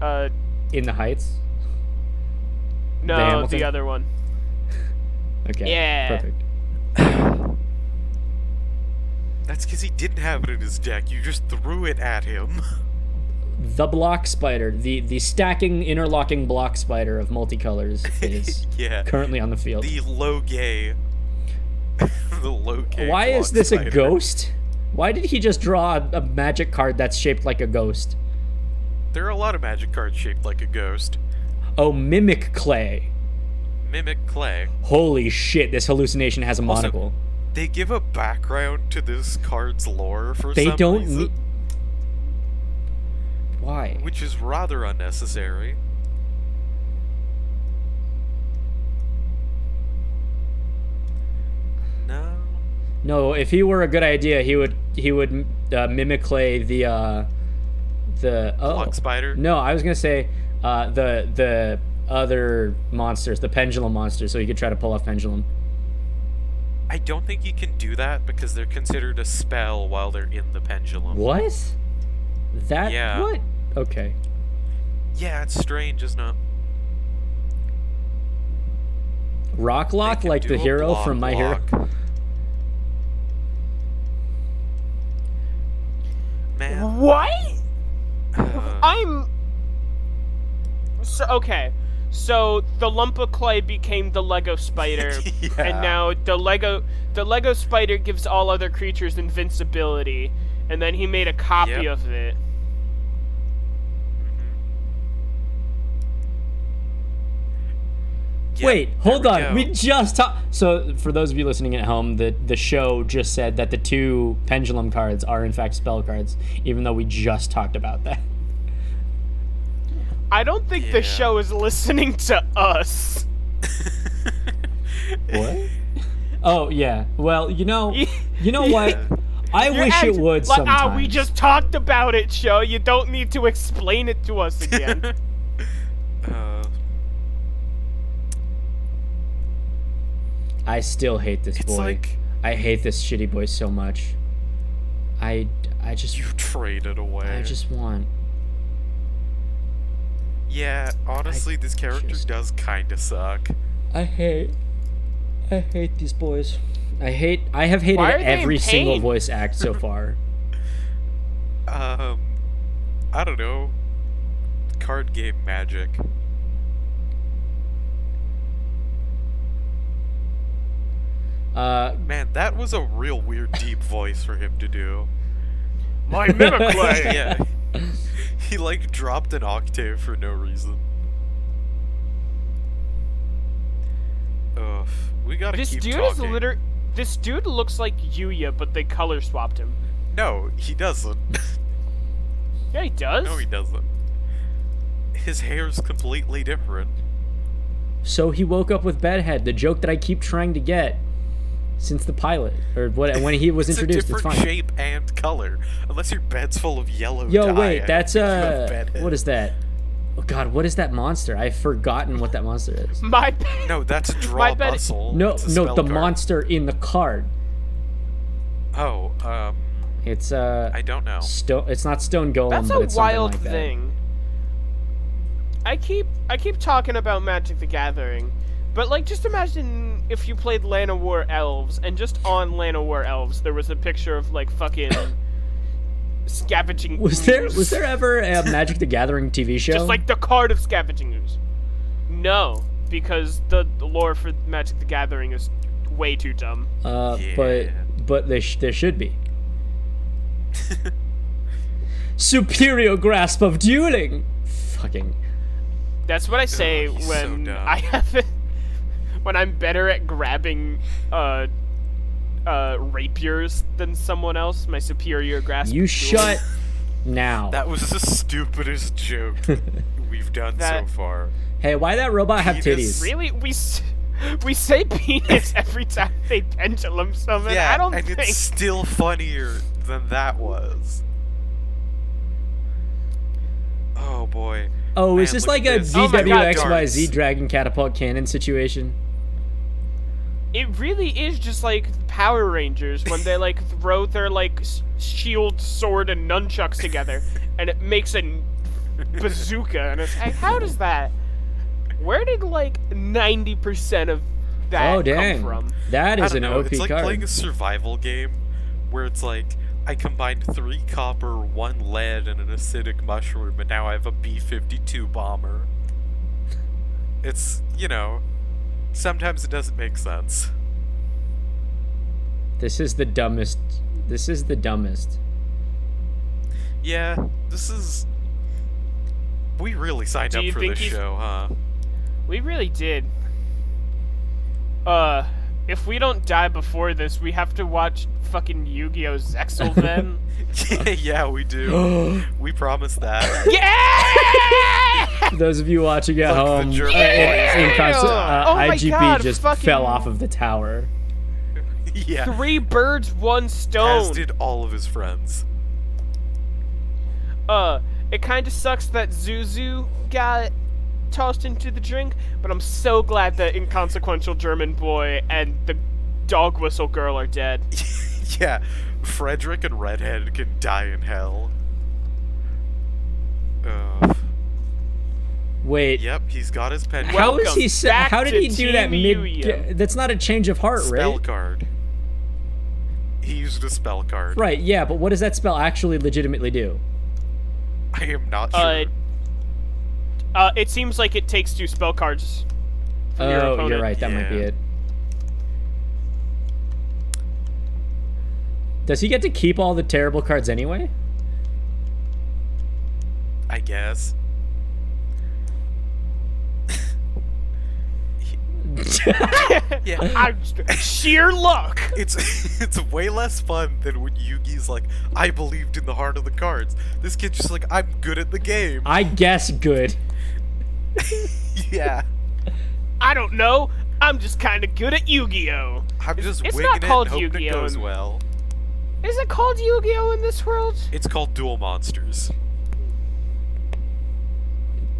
C: Uh,
B: In the Heights.
C: no,
B: Hamilton?
C: the other one.
B: Okay.
C: Yeah.
B: Perfect.
A: that's because he didn't have it in his deck. You just threw it at him.
B: The block spider, the the stacking interlocking block spider of multicolors, is
A: yeah.
B: currently on the field.
A: The low gay. the low gay.
B: Why is
A: block
B: this a
A: spider.
B: ghost? Why did he just draw a, a magic card that's shaped like a ghost?
A: There are a lot of magic cards shaped like a ghost.
B: Oh, mimic clay.
A: Mimic clay.
B: Holy shit, this hallucination has a
A: Also,
B: monocle.
A: They give a background to this card's lore for
B: they
A: some
B: don't
A: reason,
B: need. Why?
A: which is rather unnecessary. No.
B: No, if he were a good idea, he would he would uh, mimic clay the uh, the oh.
A: Block spider.
B: No, I was gonna say uh, the the other monsters, the pendulum monster, so he could try to pull off pendulum.
A: I don't think you can do that because they're considered a spell while they're in the pendulum.
B: What? That
A: Yeah.
B: what? Okay.
A: Yeah, it's strange, isn't it?
B: Rock
A: They
B: lock
A: can
B: like
A: do
B: the
A: a
B: hero
A: block
B: from My Hero.
A: lock. Man.
C: What?
A: uh,
C: I'm. So okay, so the lump of clay became the Lego spider,
A: Yeah.
C: and now the Lego the Lego spider gives all other creatures invincibility, and then he made a copy
A: Yep.
C: of it.
A: yeah,
B: Wait,
A: there
B: hold
A: we
B: on.
A: go.
B: We just talked. So, for those of you listening at home, the the show just said that the two pendulum cards are in fact spell cards, even though we just talked about that.
C: I don't think the
A: Yeah.
C: show is listening to us.
B: What? oh yeah. Well, you know, you know what?
A: Yeah.
B: I
C: You're
B: wish it
C: act-
B: would
C: Like,
B: sometimes.
C: ah, we just talked about it, show. You don't need to explain it to us again.
A: Uh,
B: I still hate this
A: it's
B: boy.
A: like
B: I hate this shitty boy so much. I I just
A: you traded away.
B: I just want
A: yeah, honestly, this character
B: just-
A: does kind of suck.
B: I hate I hate these boys. I hate I have hated
C: Why are they in
B: every single
C: pain?
B: voice act so far.
A: Um, I don't know. Card game magic.
B: Uh
A: Man, that was a real weird deep voice for him to do.
C: My mimicry.
A: Yeah. he like dropped an octave for no reason. Ugh, we gotta
C: This
A: keep
C: dude is
A: talking.
C: literally. This dude looks like Yuya, but they color swapped him.
A: No, he doesn't.
C: Yeah, he does.
A: no, he doesn't. His hair's completely different.
B: so he woke up with bedhead, the joke that I keep trying to get since the pilot or what when he was
A: It's a
B: introduced. It's
A: different
B: fine.
A: shape and color. Unless your bed's full of yellow
B: Yo,
A: dye,
B: wait,
A: I
B: that's
A: don't think you
B: uh
A: have bedhead.
B: what is that? Oh god, what is that monster? I've forgotten what that monster is.
C: My bad.
A: No, that's draw
C: bed-
A: muscle.
B: No,
A: It's a
B: no,
A: spell
B: the
A: card.
B: monster in the card.
A: Oh, um,
B: It's uh
A: I don't know.
B: stone it's not stone golem,
C: That's
B: but
C: a
B: it's something
C: wild
B: like that.
C: thing. I keep I keep talking about Magic the Gathering, but like just imagine if you played Land of War Elves and just on Land of War Elves there was a picture of like fucking scavenging.
B: Was there
C: ooze.
B: was there ever a Magic the Gathering TV show?
C: just like the card of scavenging ooze? No, because the, the lore for Magic the Gathering is way too dumb.
B: uh,
A: Yeah.
B: but but there sh- there should be. superior grasp of dueling. Fucking.
C: That's what I say
A: Oh, he's so
C: when
A: dumb.
C: I have when I'm better at grabbing uh uh rapiers than someone else, my superior grasp.
B: You
C: of duels.
B: shut now.
A: That was the stupidest joke we've done
C: That-
A: so far.
B: hey, why that robot have
A: Penis
B: titties?
C: Really? We s- we say penis every time they pendulum summon. I don't
A: and
C: think
A: it's still funnier than that was. Oh boy.
B: Oh, is
A: Man,
B: this
A: look
B: like
A: at
B: a
A: this. Oh
C: my God,
B: DWXYZ
A: darts.
B: dragon catapult cannon situation?
C: it really is just like Power Rangers when they like throw their like s- shield, sword, and nunchucks together, and it makes a n- bazooka. And it's like, how does that? Where did like ninety percent of that
B: oh dang,
C: come from?
B: that
A: I
B: is
A: don't
B: an
A: know,
B: OP
A: it's like
B: card.
A: playing a survival game where it's like I combined three copper, one lead, and an acidic mushroom, and now I have a B fifty two bomber. It's you know, sometimes it doesn't make sense.
B: This is the dumbest. This is the dumbest.
A: Yeah, this is. We really signed
C: Do
A: up
C: you
A: for
C: think
A: this
C: he's-
A: show, huh?
C: We really did. Uh, if we don't die before this, we have to watch fucking Yu-Gi-Oh! Zexal then.
A: yeah, we do. we promised that.
C: yeah!
B: Those of you watching at
A: Like the
B: home,
A: German
B: uh, in, in
C: Yeah!
B: constant, uh,
C: Oh my
B: IGP
C: God,
B: just
C: fucking-
B: fell off of the tower.
A: yeah.
C: Three birds, one
A: As
C: stone.
A: did all of his friends.
C: Uh, it kind of sucks that Zuzu got tossed into the drink, but I'm so glad that inconsequential German boy and the dog whistle girl are dead.
A: yeah, Frederick and Redhead can die in hell. Uh,
B: Wait,
A: yep, he's got his pen.
B: how is
C: Welcome
B: he? So,
C: back
B: how did
C: to
B: he do that
C: Team
B: mid?
C: Yu-Gi-Oh.
B: That's not a change of heart,
A: spell
B: right?
A: card. He used a spell card.
B: Right. Yeah, but what does that spell actually legitimately do?
A: I am not sure.
C: Uh, uh, it seems like it takes two spell cards.
B: Oh,
C: From your
B: you're
C: opponent.
B: right. That might be
A: Yeah.
B: it. Does he get to keep all the terrible cards anyway?
A: I guess. Yeah.
C: I'm sheer luck.
A: It's it's way less fun than when Yugi's like, I believed in the heart of the cards. This kid's just like, I'm good at the game.
B: I guess good.
A: yeah.
C: I don't know. I'm just kind of good at Yu-Gi-Oh.
A: I'm just
C: it's
A: winging
C: not
A: it
C: called
A: and hoping it
C: Yu-Gi-Oh!
A: goes
C: in-
A: well.
C: Is it called Yu-Gi-Oh in this world?
A: It's called Duel Monsters.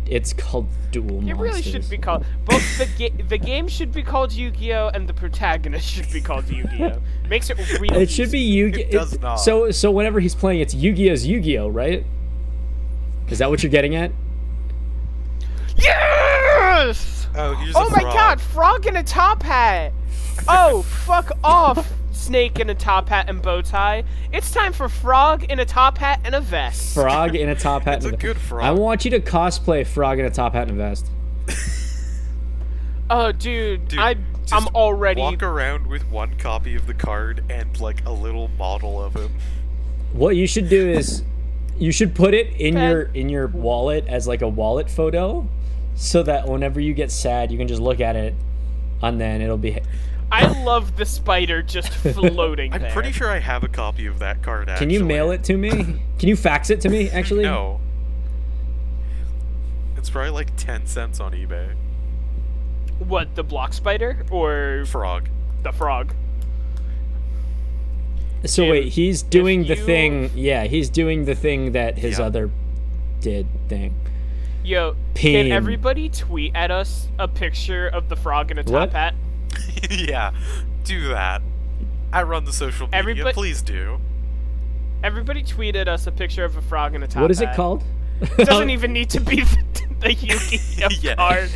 B: It's called Duel
C: It really should
B: Monsters.
C: be called. Both the ga- the game should be called Yu-Gi-Oh and the protagonist should be called Yu-Gi-Oh. Makes it real.
B: It should be Yu Gi.
A: It does not.
B: So so whenever he's playing, it's Yu Gi Oh's Yu Gi Oh, right? Is that what you're getting at?
C: Yes!
A: Oh, here's
C: Oh
A: a
C: my
A: frog.
C: God! Frog in a top hat. Oh fuck off! Snake in a top hat and bow tie. It's time for Frog in a top hat and a vest.
B: Frog in a top hat.
A: It's
B: and
A: a
B: ve-
A: good frog.
B: I want you to cosplay Frog in a top hat and vest.
C: Oh dude,
A: Dude,
C: I
A: just
C: I'm already
A: Walk around with one copy of the card and like a little model of him.
B: What you should do is, you should put it in
C: Ben.
B: your in your wallet as like a wallet photo, so that whenever you get sad, you can just look at it, and then it'll be.
C: I love the spider just floating
A: I'm
C: there.
A: pretty sure I have a copy of that card.
B: Can
A: Actually.
B: you mail it to me? Can you fax it to me? Actually,
A: No. It's probably like ten cents on eBay.
C: What the block spider or
A: Frog.
C: the frog?
B: So
C: Jim,
B: wait, he's doing the
C: you-
B: thing. Yeah, he's doing the thing that his
A: Yeah.
B: other did thing.
C: Yo,
B: Pain.
C: can everybody tweet at us a picture of the frog in a top
B: What?
C: hat?
A: yeah, do that. I run the social media.
C: Everybody-
A: Please do.
C: Everybody tweeted us a picture of a frog in a top hat.
B: What is it called?
C: Doesn't even need to be the, the Yu-Gi-Oh
A: Yeah.
C: card.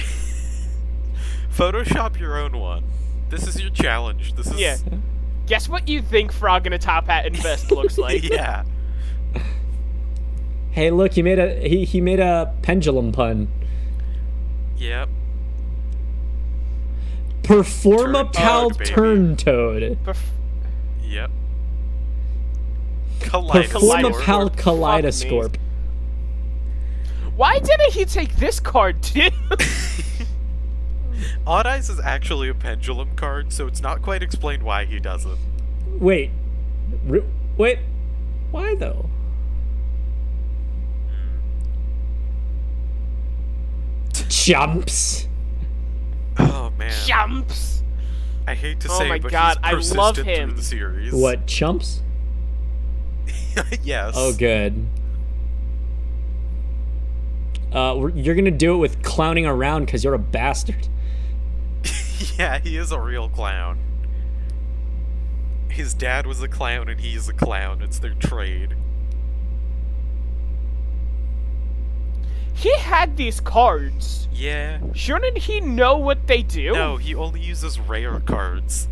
A: Photoshop your own one. This is your challenge. This is
C: Yeah. Guess what you think frog in a top hat and vest looks like?
A: yeah.
B: hey, look, he made a he he made a pendulum pun.
A: Yep.
B: Performa
A: Turn
B: pal
A: toad, baby.
B: turn toad.
C: Bef-
A: Yep. Kaleidoscope.
B: Performapal
C: Kaleidoscope.
B: Kaleidoscope.
C: Fuck Why didn't he take this card too?
A: Odd Eyes is actually a pendulum card, so it's not quite explained why he does it.
B: Wait. Re- wait. Why though? Jumps.
A: Oh man,
C: Jumps.
A: I hate to
C: Oh
A: say,
C: my
A: it, but
C: God, I
A: he's persistent
C: love
A: through
C: him.
A: the series.
B: What chumps?
A: yes.
B: Oh, good. Uh, we're- you're gonna do it with clowning around because you're a bastard.
A: yeah, he is a real clown. His dad was a clown, and he's a clown. It's their trade.
C: He had these cards.
A: Yeah.
C: Shouldn't he know what they do?
A: No, he only uses rare cards.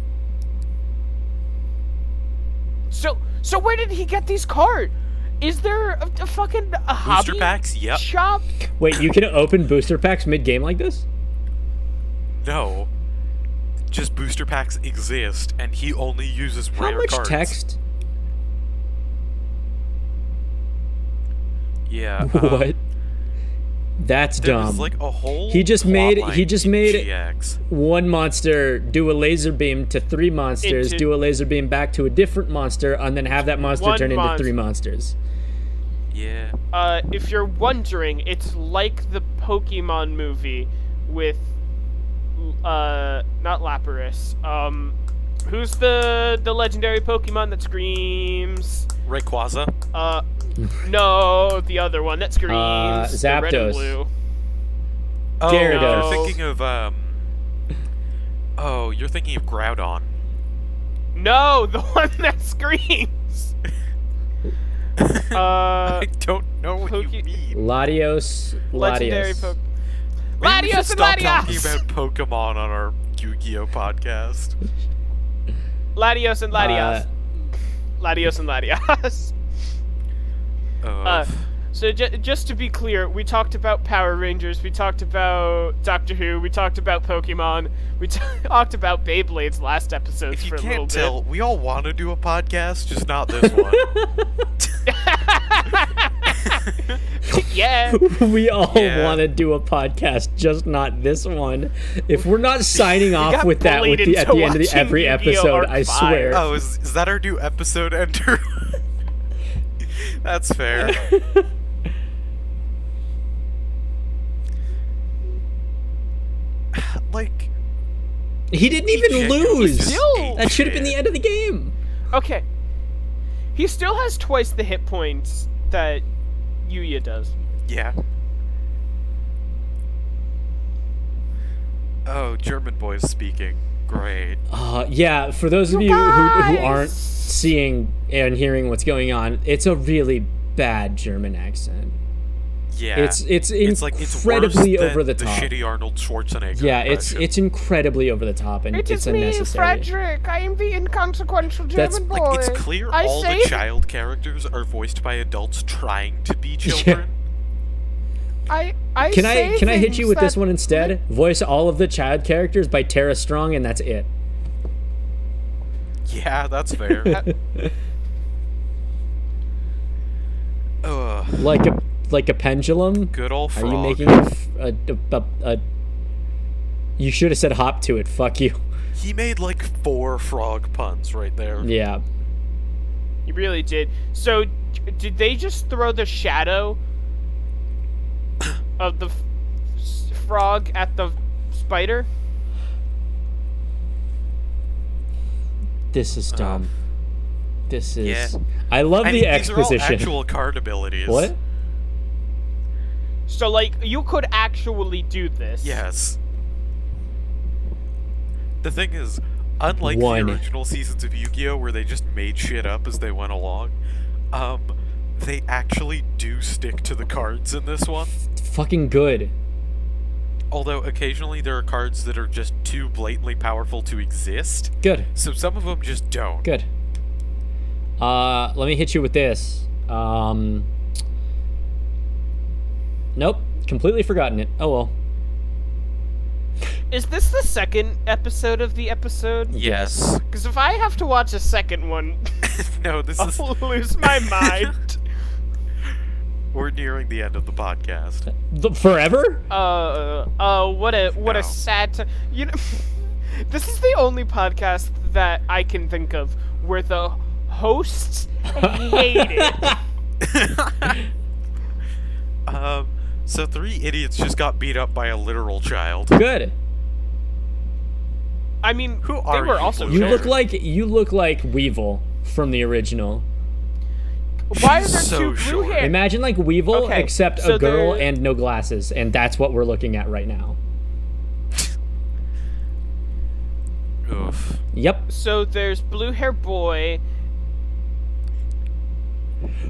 C: So, so where did he get these cards? Is there a, a fucking a
A: Booster
C: hobby
A: packs? Yep.
C: shop?
B: Wait, you can open booster packs mid-game like this?
A: No. Just booster packs exist, and he only uses
B: How
A: rare
B: much
A: cards.
B: text?
A: Yeah. um,
B: what? That's
A: There
B: dumb.
A: was like a whole.
B: He just
A: plot
B: made-
A: line
B: he just
A: in
B: made-
A: GX.
B: one monster do a laser beam to three monsters,
C: Into-
B: do a laser beam back to a different monster, and then have that monster
C: One
B: turn into
C: monster.
B: three monsters.
A: Yeah.
C: Uh, if you're wondering, it's like the Pokemon movie with uh not Lapras. Um who's the the legendary Pokemon that screams?
A: Rayquaza.
C: Uh no, the other one that screams.
B: Uh,
C: the red
B: Zapdos.
C: and blue.
A: Oh,
B: Gyarados.
A: you're thinking of um. Oh, you're thinking of Groudon.
C: No, the one that screams. uh
A: I don't know what you
C: Poke-
A: mean.
B: Latios,
C: legendary
B: Latios.
C: Pokemon.
A: Maybe we should
C: Latios and
A: stop talking
C: Latias!
A: about Pokemon on our Yu-Gi-Oh podcast.
C: Latios and Latias.
B: Uh,
C: Latios and Latias. Uh, so j- just to be clear, we talked about Power Rangers, we talked about Doctor Who, we talked about Pokemon, we t- talked about Beyblades last episode
A: if you
C: for a little
A: can't tell, we all want to do a podcast, just not this one.
C: bit. yeah.
B: Uh, we all
A: Yeah.
B: want to do a podcast, just not this one. If we're not signing off
C: got
B: with that with
C: bullied
B: the, at
C: into
B: the end of the,
C: watching
B: every
C: Yu-Gi-Oh!
B: episode,
C: Arc
B: I
C: five.
B: swear.
A: oh, is, is that our new episode enter? That's fair.
C: Oh.
A: like
B: He didn't
A: He
B: even
A: genuinely
B: lose.
A: just
C: Still-
A: ate
B: That should have been the
A: shit.
B: end of the game.
C: Okay. He still has twice the hit points that Yuya does.
A: Yeah. Oh, German boys speaking. Great.
B: Uh, yeah, for those of you who, who aren't
C: guys!
B: seeing and hearing what's going on, it's a really bad German accent.
A: Yeah.
B: It's it's
A: It's like it's
B: incredibly
A: worse than
B: over the top.
A: shitty Arnold Schwarzenegger.
B: yeah, it's
A: impression.
B: it's incredibly over the top and
C: It
B: it's
C: is me,
B: unnecessary.
C: Frederick. I am the inconsequential German
B: That's-
C: boy.
A: like it's clear
C: I
A: all the
C: saved-
A: child characters are voiced by adults trying to be children.
C: I, I
B: Can I
C: say
B: can I hit you
C: things
B: with this
C: that-
B: one instead? Voice all of the child characters by Tara Strong and that's it.
A: Yeah, that's fair. Ugh,
B: Like a like a pendulum.
A: good old
B: Are
A: frog.
B: you making a, f- a, a, a, a You should have said hop to it. Fuck you.
A: He made like four frog puns right there.
B: Yeah.
C: You really did. So, d- did they just throw the shadow of the f- s- frog at the spider?
B: This is dumb. this is.
A: Uh, yeah.
B: I love
A: I mean,
B: the
A: these are all
B: exposition.
A: actual card abilities.
B: what?
C: So, like, you could actually do this.
A: Yes. The thing is, unlike
B: One.
A: the original seasons of Yu-Gi-Oh, where they just made shit up as they went along, um, they actually do stick to the cards in this one.
B: Fucking good.
A: Although occasionally there are cards that are just too blatantly powerful to exist,
B: Good.
A: so some of them just don't.
B: Good. Uh, let me hit you with this. Um. Nope. Completely forgotten it. Oh well.
C: Is this the second episode of the episode?
A: Yes.
C: Because if I have to watch a second one,
A: no, this is.
C: I'll lose my mind.
A: We're nearing the end of the podcast.
B: The, forever?
C: Uh, uh, what a what
A: No.
C: a sad. T- you know, this is the only podcast that I can think of where the hosts hate it.
A: um, so three idiots just got beat up by a literal child.
B: Good.
C: I mean,
A: Who
C: they
A: are
C: were
A: you,
C: also
A: Blue
B: You look
A: Sure.
B: like you look like Weevil from the original.
C: Why are there
A: So
C: two blue
A: short.
C: hair?
B: Imagine like Weevil
C: Okay,
B: except
C: so
B: a girl
C: there-
B: and no glasses, and that's what we're looking at right now.
A: Oof.
B: Yep.
C: so there's blue hair boy.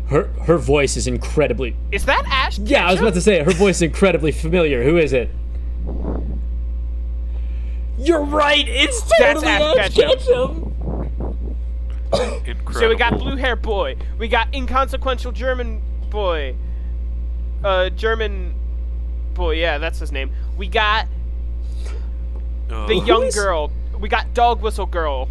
B: Her her voice is incredibly
C: Is that Ash?
B: Yeah, I was about to say her voice is incredibly familiar. Who is it? You're right. It's
C: That's
B: totally
C: Ash
B: Ash
C: Ketchum.
B: Ketchum.
A: Incredible.
C: So we got blue hair boy. We got inconsequential German boy. Uh, German boy. Yeah, that's his name. We got
A: Ugh.
C: the
B: Oh, Who
C: young
B: is-
C: girl. We got dog whistle girl.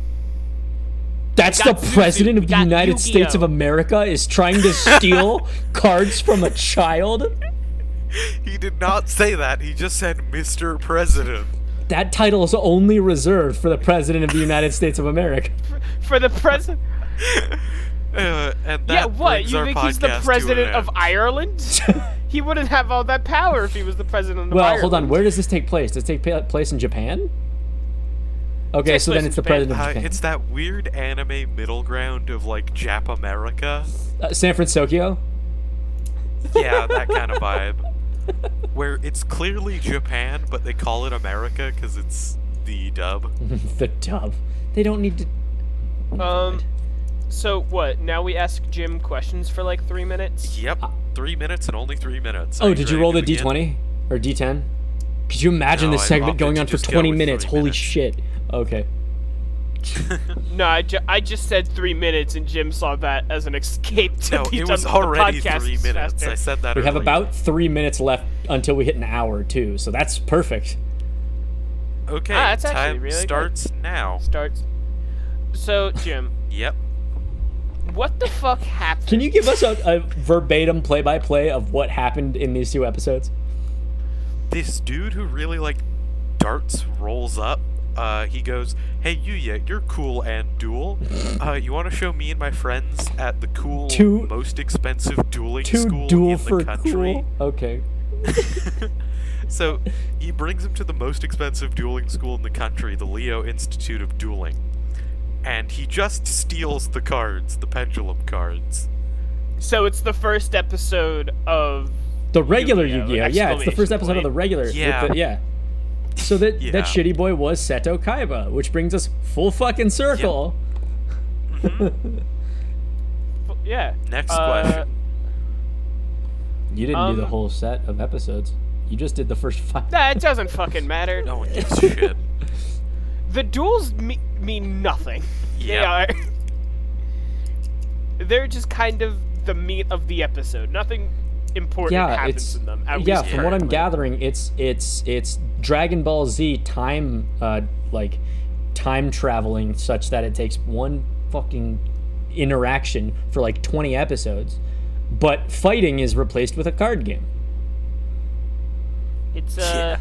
B: That's
C: We
B: the
C: got Zuzu.
B: president
C: We
B: of the
C: got
B: United
C: Yu-Gi-Oh.
B: States of America is trying to steal cards from a child.
A: He did not say that. He just said Mr. President.
B: That title is only reserved for the president of the United States of America.
C: For the president.
A: Uh, and that
C: Yeah, what?
A: brings
C: You
A: our
C: think he's the
A: podcast to
C: president
A: an
C: of
A: end.
C: Ireland? he wouldn't have all that power if he was the president of
B: Well,
C: Ireland.
B: hold on. Where does this take place? Does it take pa- place in Japan? Okay,
C: Takes
B: so
C: place
B: then
C: in
B: it's the
C: Japan.
B: president of
A: Uh,
B: Japan.
A: it's that weird anime middle ground of like Jap America.
B: Uh, San Francisco.
A: Yeah, that kind of vibe. Where it's clearly Japan, but they call it America because it's the dub.
B: the dub. They don't need to.
C: Um, so what? Now we ask Jim questions for like three minutes.
A: Yep. Three minutes and only three minutes. Are
B: Uh, Oh, did you
A: ready
B: roll
A: to
B: the d
A: begin?
B: twenty or d ten? Could you imagine
A: No, I
B: this segment
A: loved it.
B: going
A: You
B: on for
A: just go
B: twenty
A: with
B: minutes?
A: three
B: Holy
A: minutes.
B: shit! Okay.
C: No, I, ju- I just said three minutes, and Jim saw that as an escape to
A: No,
C: be
A: it
C: done
A: was
C: with
A: already
C: the podcast
A: three minutes.
C: faster.
A: I said that
B: We have
A: earlier.
B: about three minutes left until we hit an hour too, so that's perfect.
A: Okay,
C: Ah, that's actually
A: time
C: really good.
A: starts now.
C: Starts. So Jim,
A: Yep.
C: what the fuck happened?
B: Can you give us a, a verbatim play-by-play of what happened in these two episodes?
A: this dude who really like darts rolls up. Uh, he goes, "Hey Yuya, you're cool and duel. Uh, you want to show me and my friends at the cool,
B: Two-
A: most expensive dueling
B: Two
A: school
B: duel
A: in
B: for
A: the country?"
B: cool. Okay.
A: So he brings him to the most expensive dueling school in the country, the Leo Institute of Dueling, and he just steals the cards, the pendulum cards.
C: So it's the first episode of.
B: The regular
C: Yu-Gi-Oh!
B: Yu-Gi-Oh! Yeah, it's the first
C: Exclamation
B: episode of
C: point.
B: the regular. with
A: Yeah.
B: the- yeah. So that
A: Yeah.
B: that shitty boy was Seto Kaiba, which brings us full fucking circle.
A: Mm-hmm.
C: Yeah.
A: Next
C: Uh,
A: question.
B: You didn't do the
C: Um,
B: whole set of episodes. You just did the first five.
C: Nah, it doesn't fucking matter.
A: No one gives a shit.
C: The duels me- mean nothing. They
A: Yeah.
C: are. They're just kind of the meat of the episode. Nothing important
B: yeah,
C: happens
B: it's
C: in them. At
B: yeah.
C: least
B: From what I'm
C: currently.
B: gathering, it's it's it's Dragon Ball Z time uh like time traveling such that it takes one fucking interaction for like 20 episodes, but fighting is replaced with a card game.
C: It's uh.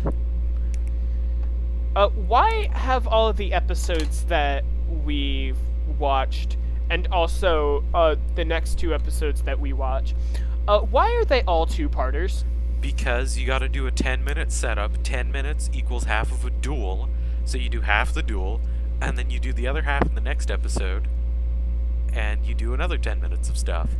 C: Uh, why have all of the episodes that we've watched, and also uh, the next two episodes that we watch, uh, why are they all two-parters?
A: Because you gotta do a 10 minute setup. 10 minutes equals half of a duel. So you do half the duel, and then you do the other half in the next episode, and you do another 10 minutes of stuff.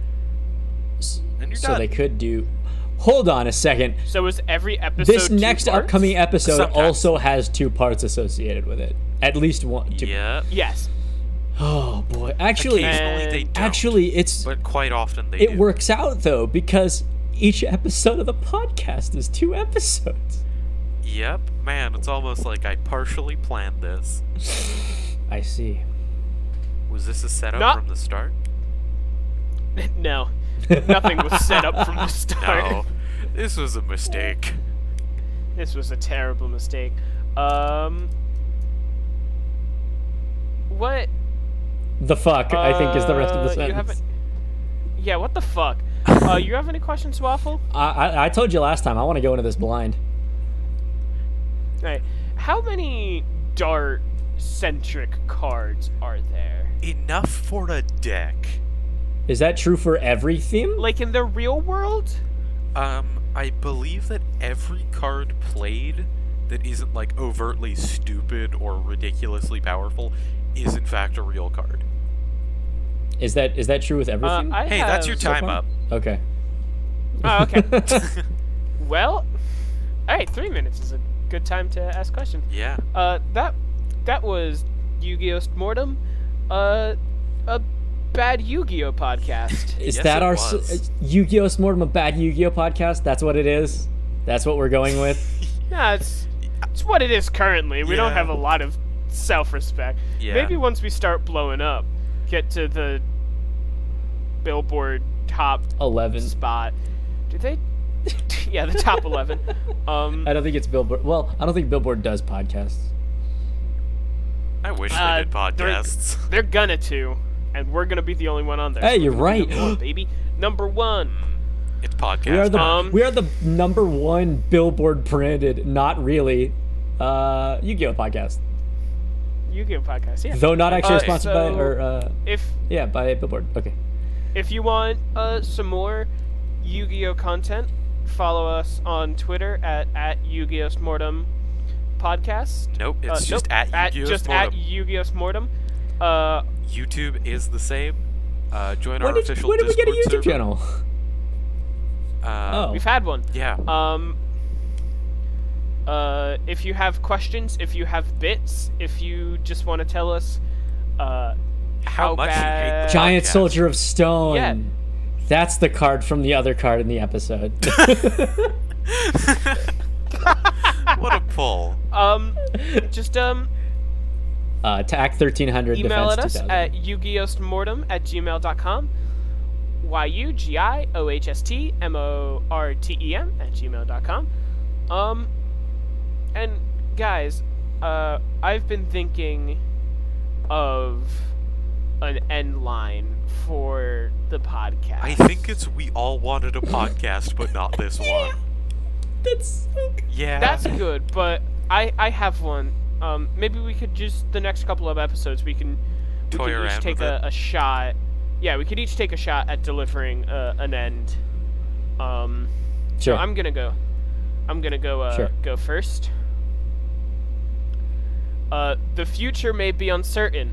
A: And you're
B: so
A: done.
B: they could do. Hold on a second.
C: So is every episode
B: This
C: two
B: next
C: parts?
B: upcoming episode
A: Sometimes.
B: also has two parts associated with it. At least one. Two.
A: Yeah.
C: Yes.
B: Oh boy. Actually,
C: Okay.
A: Occasionally they
C: And-
A: don't.
B: actually, it's
A: But quite often they
B: it
A: do.
B: works out though because each episode of the podcast is two episodes.
A: Yep. Man, it's almost like I partially planned this.
B: I see.
A: Was this a setup
C: Not-
A: from the start?
C: no. Nothing was set up from the start.
A: No. this was a mistake.
C: This was a terrible mistake. Um. What?
B: The fuck, I think, is the rest of the
C: Uh, you haven't-
B: sentence.
C: Yeah, what the fuck? uh, you have any questions, Waffle?
B: I, I, I told you last time, I want to go into this blind.
C: Alright. How many dart centric cards are there?
A: Enough for a deck.
B: Is that true for every theme?
C: Like in the real world?
A: Um, I believe that every card played that isn't like overtly stupid or ridiculously powerful is in fact a real card.
B: Is that is that true with
C: Uh,
B: everything?
C: I
A: Hey, that's your
C: have-
A: time
B: far?
A: up.
B: okay.
C: Oh, okay. well, alright, three minutes is a good time to ask questions.
A: yeah.
C: Uh, that that was Yu-Gi-Oh! Mortem, uh, a bad Yu-Gi-Oh! podcast.
B: Is
A: Yes,
B: that
A: it
B: our
A: was.
B: s- uh, Yu-Gi-Oh! Smortem a bad Yu-Gi-Oh! podcast? That's what it is. That's what we're going with.
C: nah, it's it's what it is currently. We don't
A: Yeah.
C: have a lot of self-respect.
A: Yeah.
C: Maybe once we start blowing up, get to the Billboard top
B: Eleven.
C: spot. Did they? yeah, the top eleven. Um,
B: I don't think it's Billboard. Well, I don't think Billboard does podcasts.
A: I wish
C: Uh,
A: they did
C: they're-
A: podcasts.
C: They're gonna to, and we're gonna be the only one on there.
B: Hey, you're
C: We're gonna be
B: right.
C: number one, baby. Number one.
A: It's podcast.
B: We are the
C: Um,
B: we are the number one Billboard branded, not really, uh, Yu-Gi-Oh! podcast.
C: Yu-Gi-Oh! podcast. Yeah.
B: Though not actually
C: Uh,
B: sponsored
C: so-
B: by or uh,
C: if
B: yeah by Billboard. Okay.
C: if you want uh, some more Yu-Gi-Oh content, follow us on Twitter at at Yu-Gi-Oh Mortem podcast.
A: Nope,
C: Uh,
A: it's just
C: nope,
A: at Yu-Gi-Oh!
C: just
A: Smortem.
C: at Yu-Gi-Oh Mortem. Uh,
A: YouTube is the same. Uh, join
B: When
A: our
B: did,
A: official
B: when did we get a YouTube
A: Discord server.
B: channel?
A: Uh,
B: Oh.
C: we've had one.
A: Yeah.
C: Um, uh, if you have questions, if you have bits, if you just want to tell us, uh,
A: How,
C: how
A: much you hate
C: bad-
A: the
B: Giant
A: podcast.
B: Soldier of Stone.
C: Uh, Yeah.
B: That's the card from the other card in the episode.
A: what a pull.
C: um, just um,
B: uh, TAC 1300
C: email at
B: defense
C: us
B: 2000.
C: at yugiostmortem at gmail.com y-u-g-i-o-h-s-t-m-o-r-t-e-m E at gmail.com um and guys uh i've been thinking of an end line for the podcast
A: I think it's we all wanted a podcast, but not this one.
B: That's
A: Yeah.
C: that's good but i i have one um maybe we could just the next couple of episodes we can we
A: Toy
C: could each
A: around
C: take
A: with
C: a,
A: it.
C: a shot yeah we could each take a shot at delivering uh, an end um so
B: sure.
C: i'm gonna go i'm gonna go uh,
B: Sure.
C: go first uh the future may be uncertain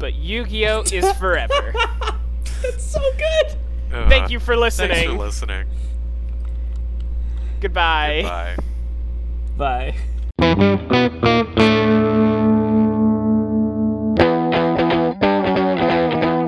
C: but yu-gi-oh is forever
B: That's so good.
A: Uh,
C: thank you for listening
A: Thanks for listening.
C: goodbye.
A: Bye.
B: Bye.